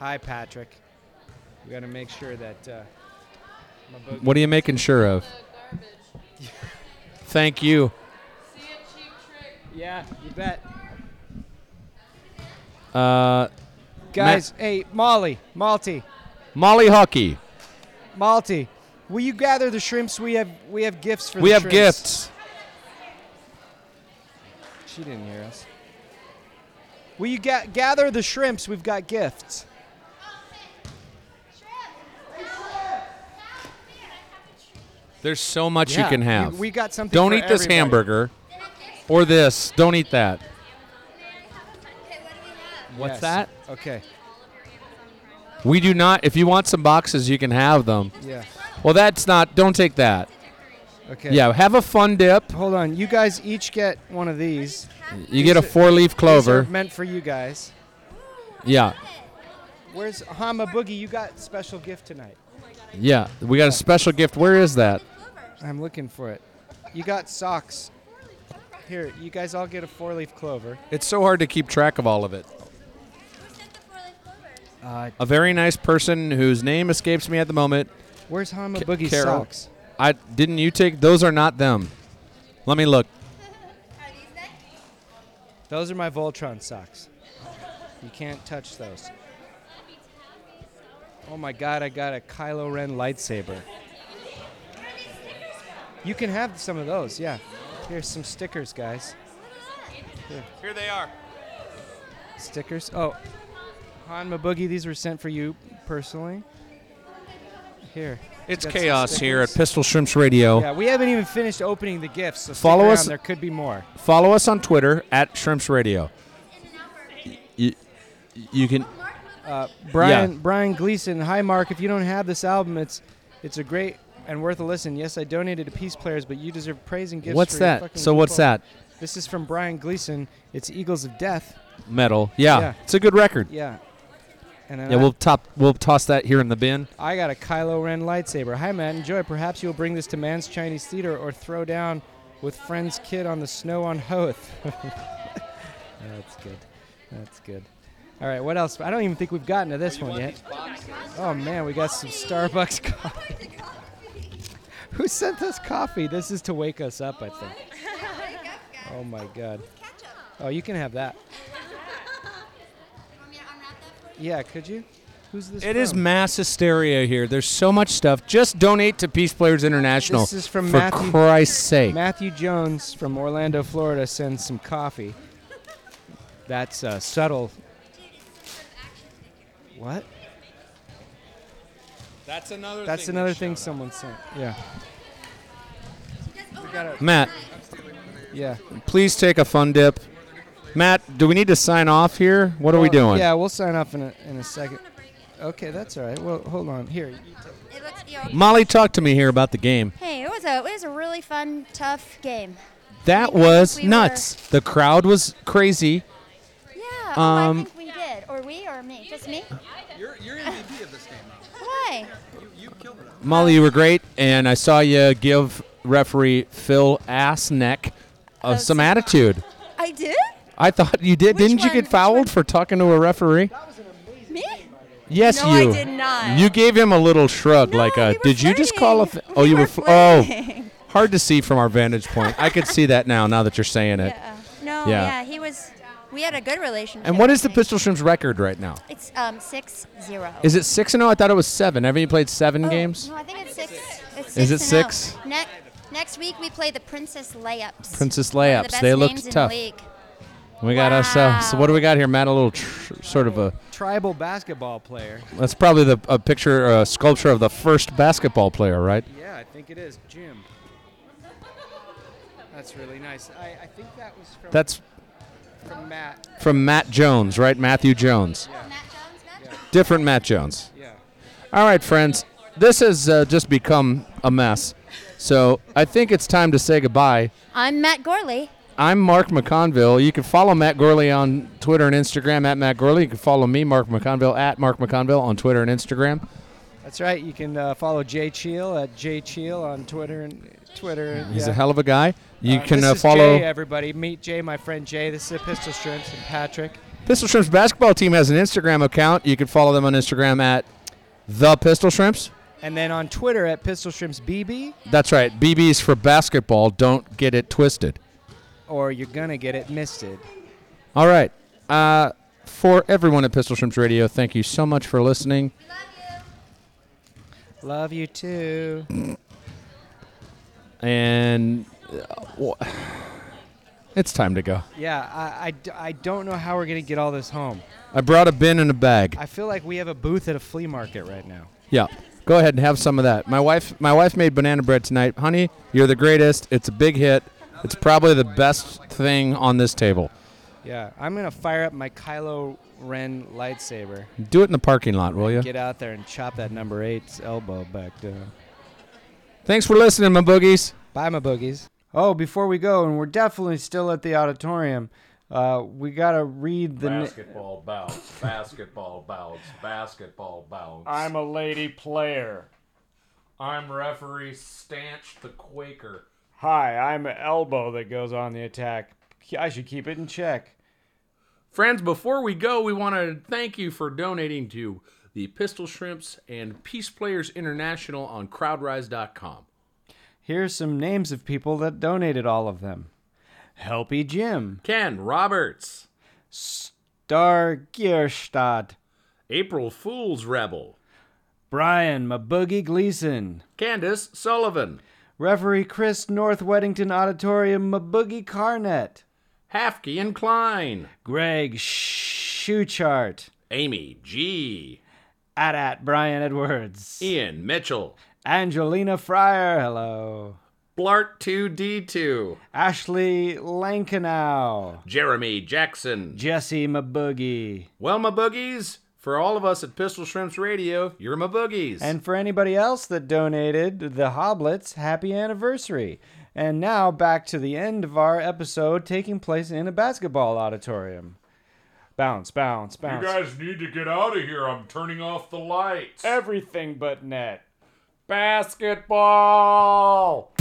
Hi, Patrick. We got to make sure that. Uh, my boat What are you making sure of? Thank you. yeah, you bet. Uh, Guys, hey, Molly, Malty, Molly Hockey. Malty, will you gather the shrimps? We have we have gifts for We the have shrimps. gifts. She didn't hear us. Will you ga- gather the shrimps? We've got gifts. There's so much Yeah, you can we- have. We, got something. Don't for eat this everybody. hamburger or this. Don't eat that. What's Yes. that? Okay. We do not. If you want some boxes, you can have them. Yeah. Well, that's not. Don't take that. Okay. Oh, Yeah, have a fun dip. Hold on. You guys each get one of these. You get a four leaf These are clover. meant for you guys. Yeah, Where's Hama Boogie? You got special gift tonight. yeah. We got a special gift. Where is that? I'm looking for it. You got socks. Here, you guys all get a four-leaf clover. It's so hard to keep track of all of it. Uh, A very nice person whose name escapes me at the moment where's Hama Ca- Boogie's Carol. socks? I didn't you take those are not them. Let me look. Those are my Voltron socks. You can't touch those. Oh my god, I got a Kylo Ren lightsaber. You can have some of those, yeah. Here's some stickers, guys. Here they are. Stickers. Oh, Han Maboogie, these were sent for you personally. Here. It's Got some chaos here at stickers. Pistol Shrimps Radio. Yeah, we haven't even finished opening the gifts, so stick Follow around, us- There could be more. Follow us on Twitter at Shrimps Radio. You, you can Uh, Brian Brian Gleason. Hi, Mark. If you don't have this album, it's it's a great and worth a listen. Yes, I donated to Peace Players, but you deserve praise and gifts. What's for your that? fucking So what's people. that? This is from Brian Gleason. It's Eagles of Death. Metal. Yeah. Yeah. It's a good record. Yeah. And then Yeah, I, we'll top we'll toss that here in the bin. I got a Kylo Ren lightsaber. Hi, Matt. Enjoy. Perhaps you'll bring this to Man's Chinese Theater or throw down with friend's kid on the snow on Hoth. (laughs) That's good. That's good. All right, what else? I don't even think we've gotten to this one yet. Oh man, we got some Starbucks coffee. Who sent us coffee? This is to wake us up, I think. Oh my god. Oh, you can have that. Yeah, could you? Who's this? It is from? mass hysteria here. There's so much stuff. Just donate to Peace Players International. This is from for Matthew- Christ's sake. Matthew Jones from Orlando, Florida sends some coffee. That's uh, subtle. What? That's another. That's another thing someone sent. Yeah, Matt, yeah. please take a fun dip. Matt, do we need to sign off here? What are we doing? Yeah, we'll sign off in a, in a second. Okay, that's all right. Well, hold on. Here, you take- Molly, talk to me here about the game. Hey, it was a it was a really fun, tough game. That We- was we were- nuts. The crowd was crazy. Yeah, Um, oh, I think we did, or we, or me, just me. You're, you're MVP of this game. Why? You, you killed it. Molly, you were great, and I saw you give referee Phil Assneck uh, some attitude. did? I thought you did. Which Didn't you one- which get one? fouled for talking to a referee? Me? Yes, No, I you. did not. You gave him a little shrug, No, like, we uh, were "Did you just (laughs) call a?" F- flirting. oh, We you were. were Fl- oh, flirting. hard to see from our vantage point. I could see that now. Now that you're saying it. Yeah. (laughs) No, Yeah. yeah. he was. We had a good relationship. And what is the I think. Pistol Shrimp's record right now? It's um six zero. Is it six and zero? I thought it was seven. Haven't you played seven Oh, games? No, I think it's six. It's six Is it and oh. six? Ne- next week we play the Princess Layups. Princess One of layups. the best they names looked in the tough. league. We got ourselves. So Wow. what do we got here, Matt? A little tr- sort of a. Tribal basketball player. That's probably the a picture, a sculpture of the first basketball player, right? Yeah, I think it is. Jim. That's really nice. I, I think that was from, That's from Matt. from Matt Jones, right? Matthew Jones. Matt Jones, Matt Jones? Different Matt Jones. Yeah. All right, friends. This has uh, just become a mess. So I think it's time to say goodbye. I'm Matt Gorley. I'm Mark McConville. You can follow Matt Gorley on Twitter and Instagram at Matt Gorley. You can follow me, Mark McConville, at Mark McConville on Twitter and Instagram. That's right. You can uh, follow Jay Cheel at Jay Cheel on Twitter and Twitter. He's yeah. a hell of a guy. You Uh, can this uh, is follow Jay, everybody. Meet Jay, my friend Jay. This is the Pistol Shrimps and Patrick. Pistol Shrimps basketball team has an Instagram account. You can follow them on Instagram at the Pistol Shrimps. And then on Twitter at Pistol Shrimps BB, That's right. BB's for basketball. Don't get it twisted. or you're gonna get it misted. All right. Uh, for everyone at Pistol Shrimps Radio, thank you so much for listening. Love you too. And uh, wha- (sighs) it's time to go. Yeah, I, I d- I don't know how we're gonna get all this home. I brought a bin and a bag. I feel like we have a booth at a flea market right now. Yeah. Go ahead and have some of that. My wife my wife made banana bread tonight. Honey, you're the greatest. It's a big hit. It's probably the best thing on this table. Yeah, I'm gonna fire up my Kylo Ren lightsaber. Do it in the parking lot, will you? Get out there and chop that number eight's elbow back down. Thanks for listening, my boogies. Bye, my boogies. Oh, before we go, and we're definitely still at the auditorium. Uh, we gotta read the. na- Basketball bounce, basketball bounce, basketball bounce. a lady player. I'm referee Stanch the Quaker. Hi, I'm an elbow that goes on the attack. I should keep it in check. Friends, before we go, we want to thank you for donating to the Pistol Shrimps and Peace Players International on crowdrise.com. Here's some names of people that donated all of them. Helpy Jim, Ken Roberts, Star Gierstadt, April Fool's Rebel, Brian Maboogie Gleason, Candace Sullivan, Referee Chris North Weddington Auditorium Maboogie Carnet, Hafke and Klein, Greg Schuchart, Amy G, Adat Brian Edwards, Ian Mitchell, Angelina Fryer, hello, Blart 2D2, Ashley Lankenow, Jeremy Jackson. Jesse Maboogie, Well, my boogies, for all of us at Pistol Shrimps Radio, you're my boogies. And for anybody else that donated, the Hoblets, happy anniversary. And now back to the end of our episode taking place in a basketball auditorium. Bounce, bounce, bounce. need to get out of here. I'm turning off the lights. Everything but net. Basketball!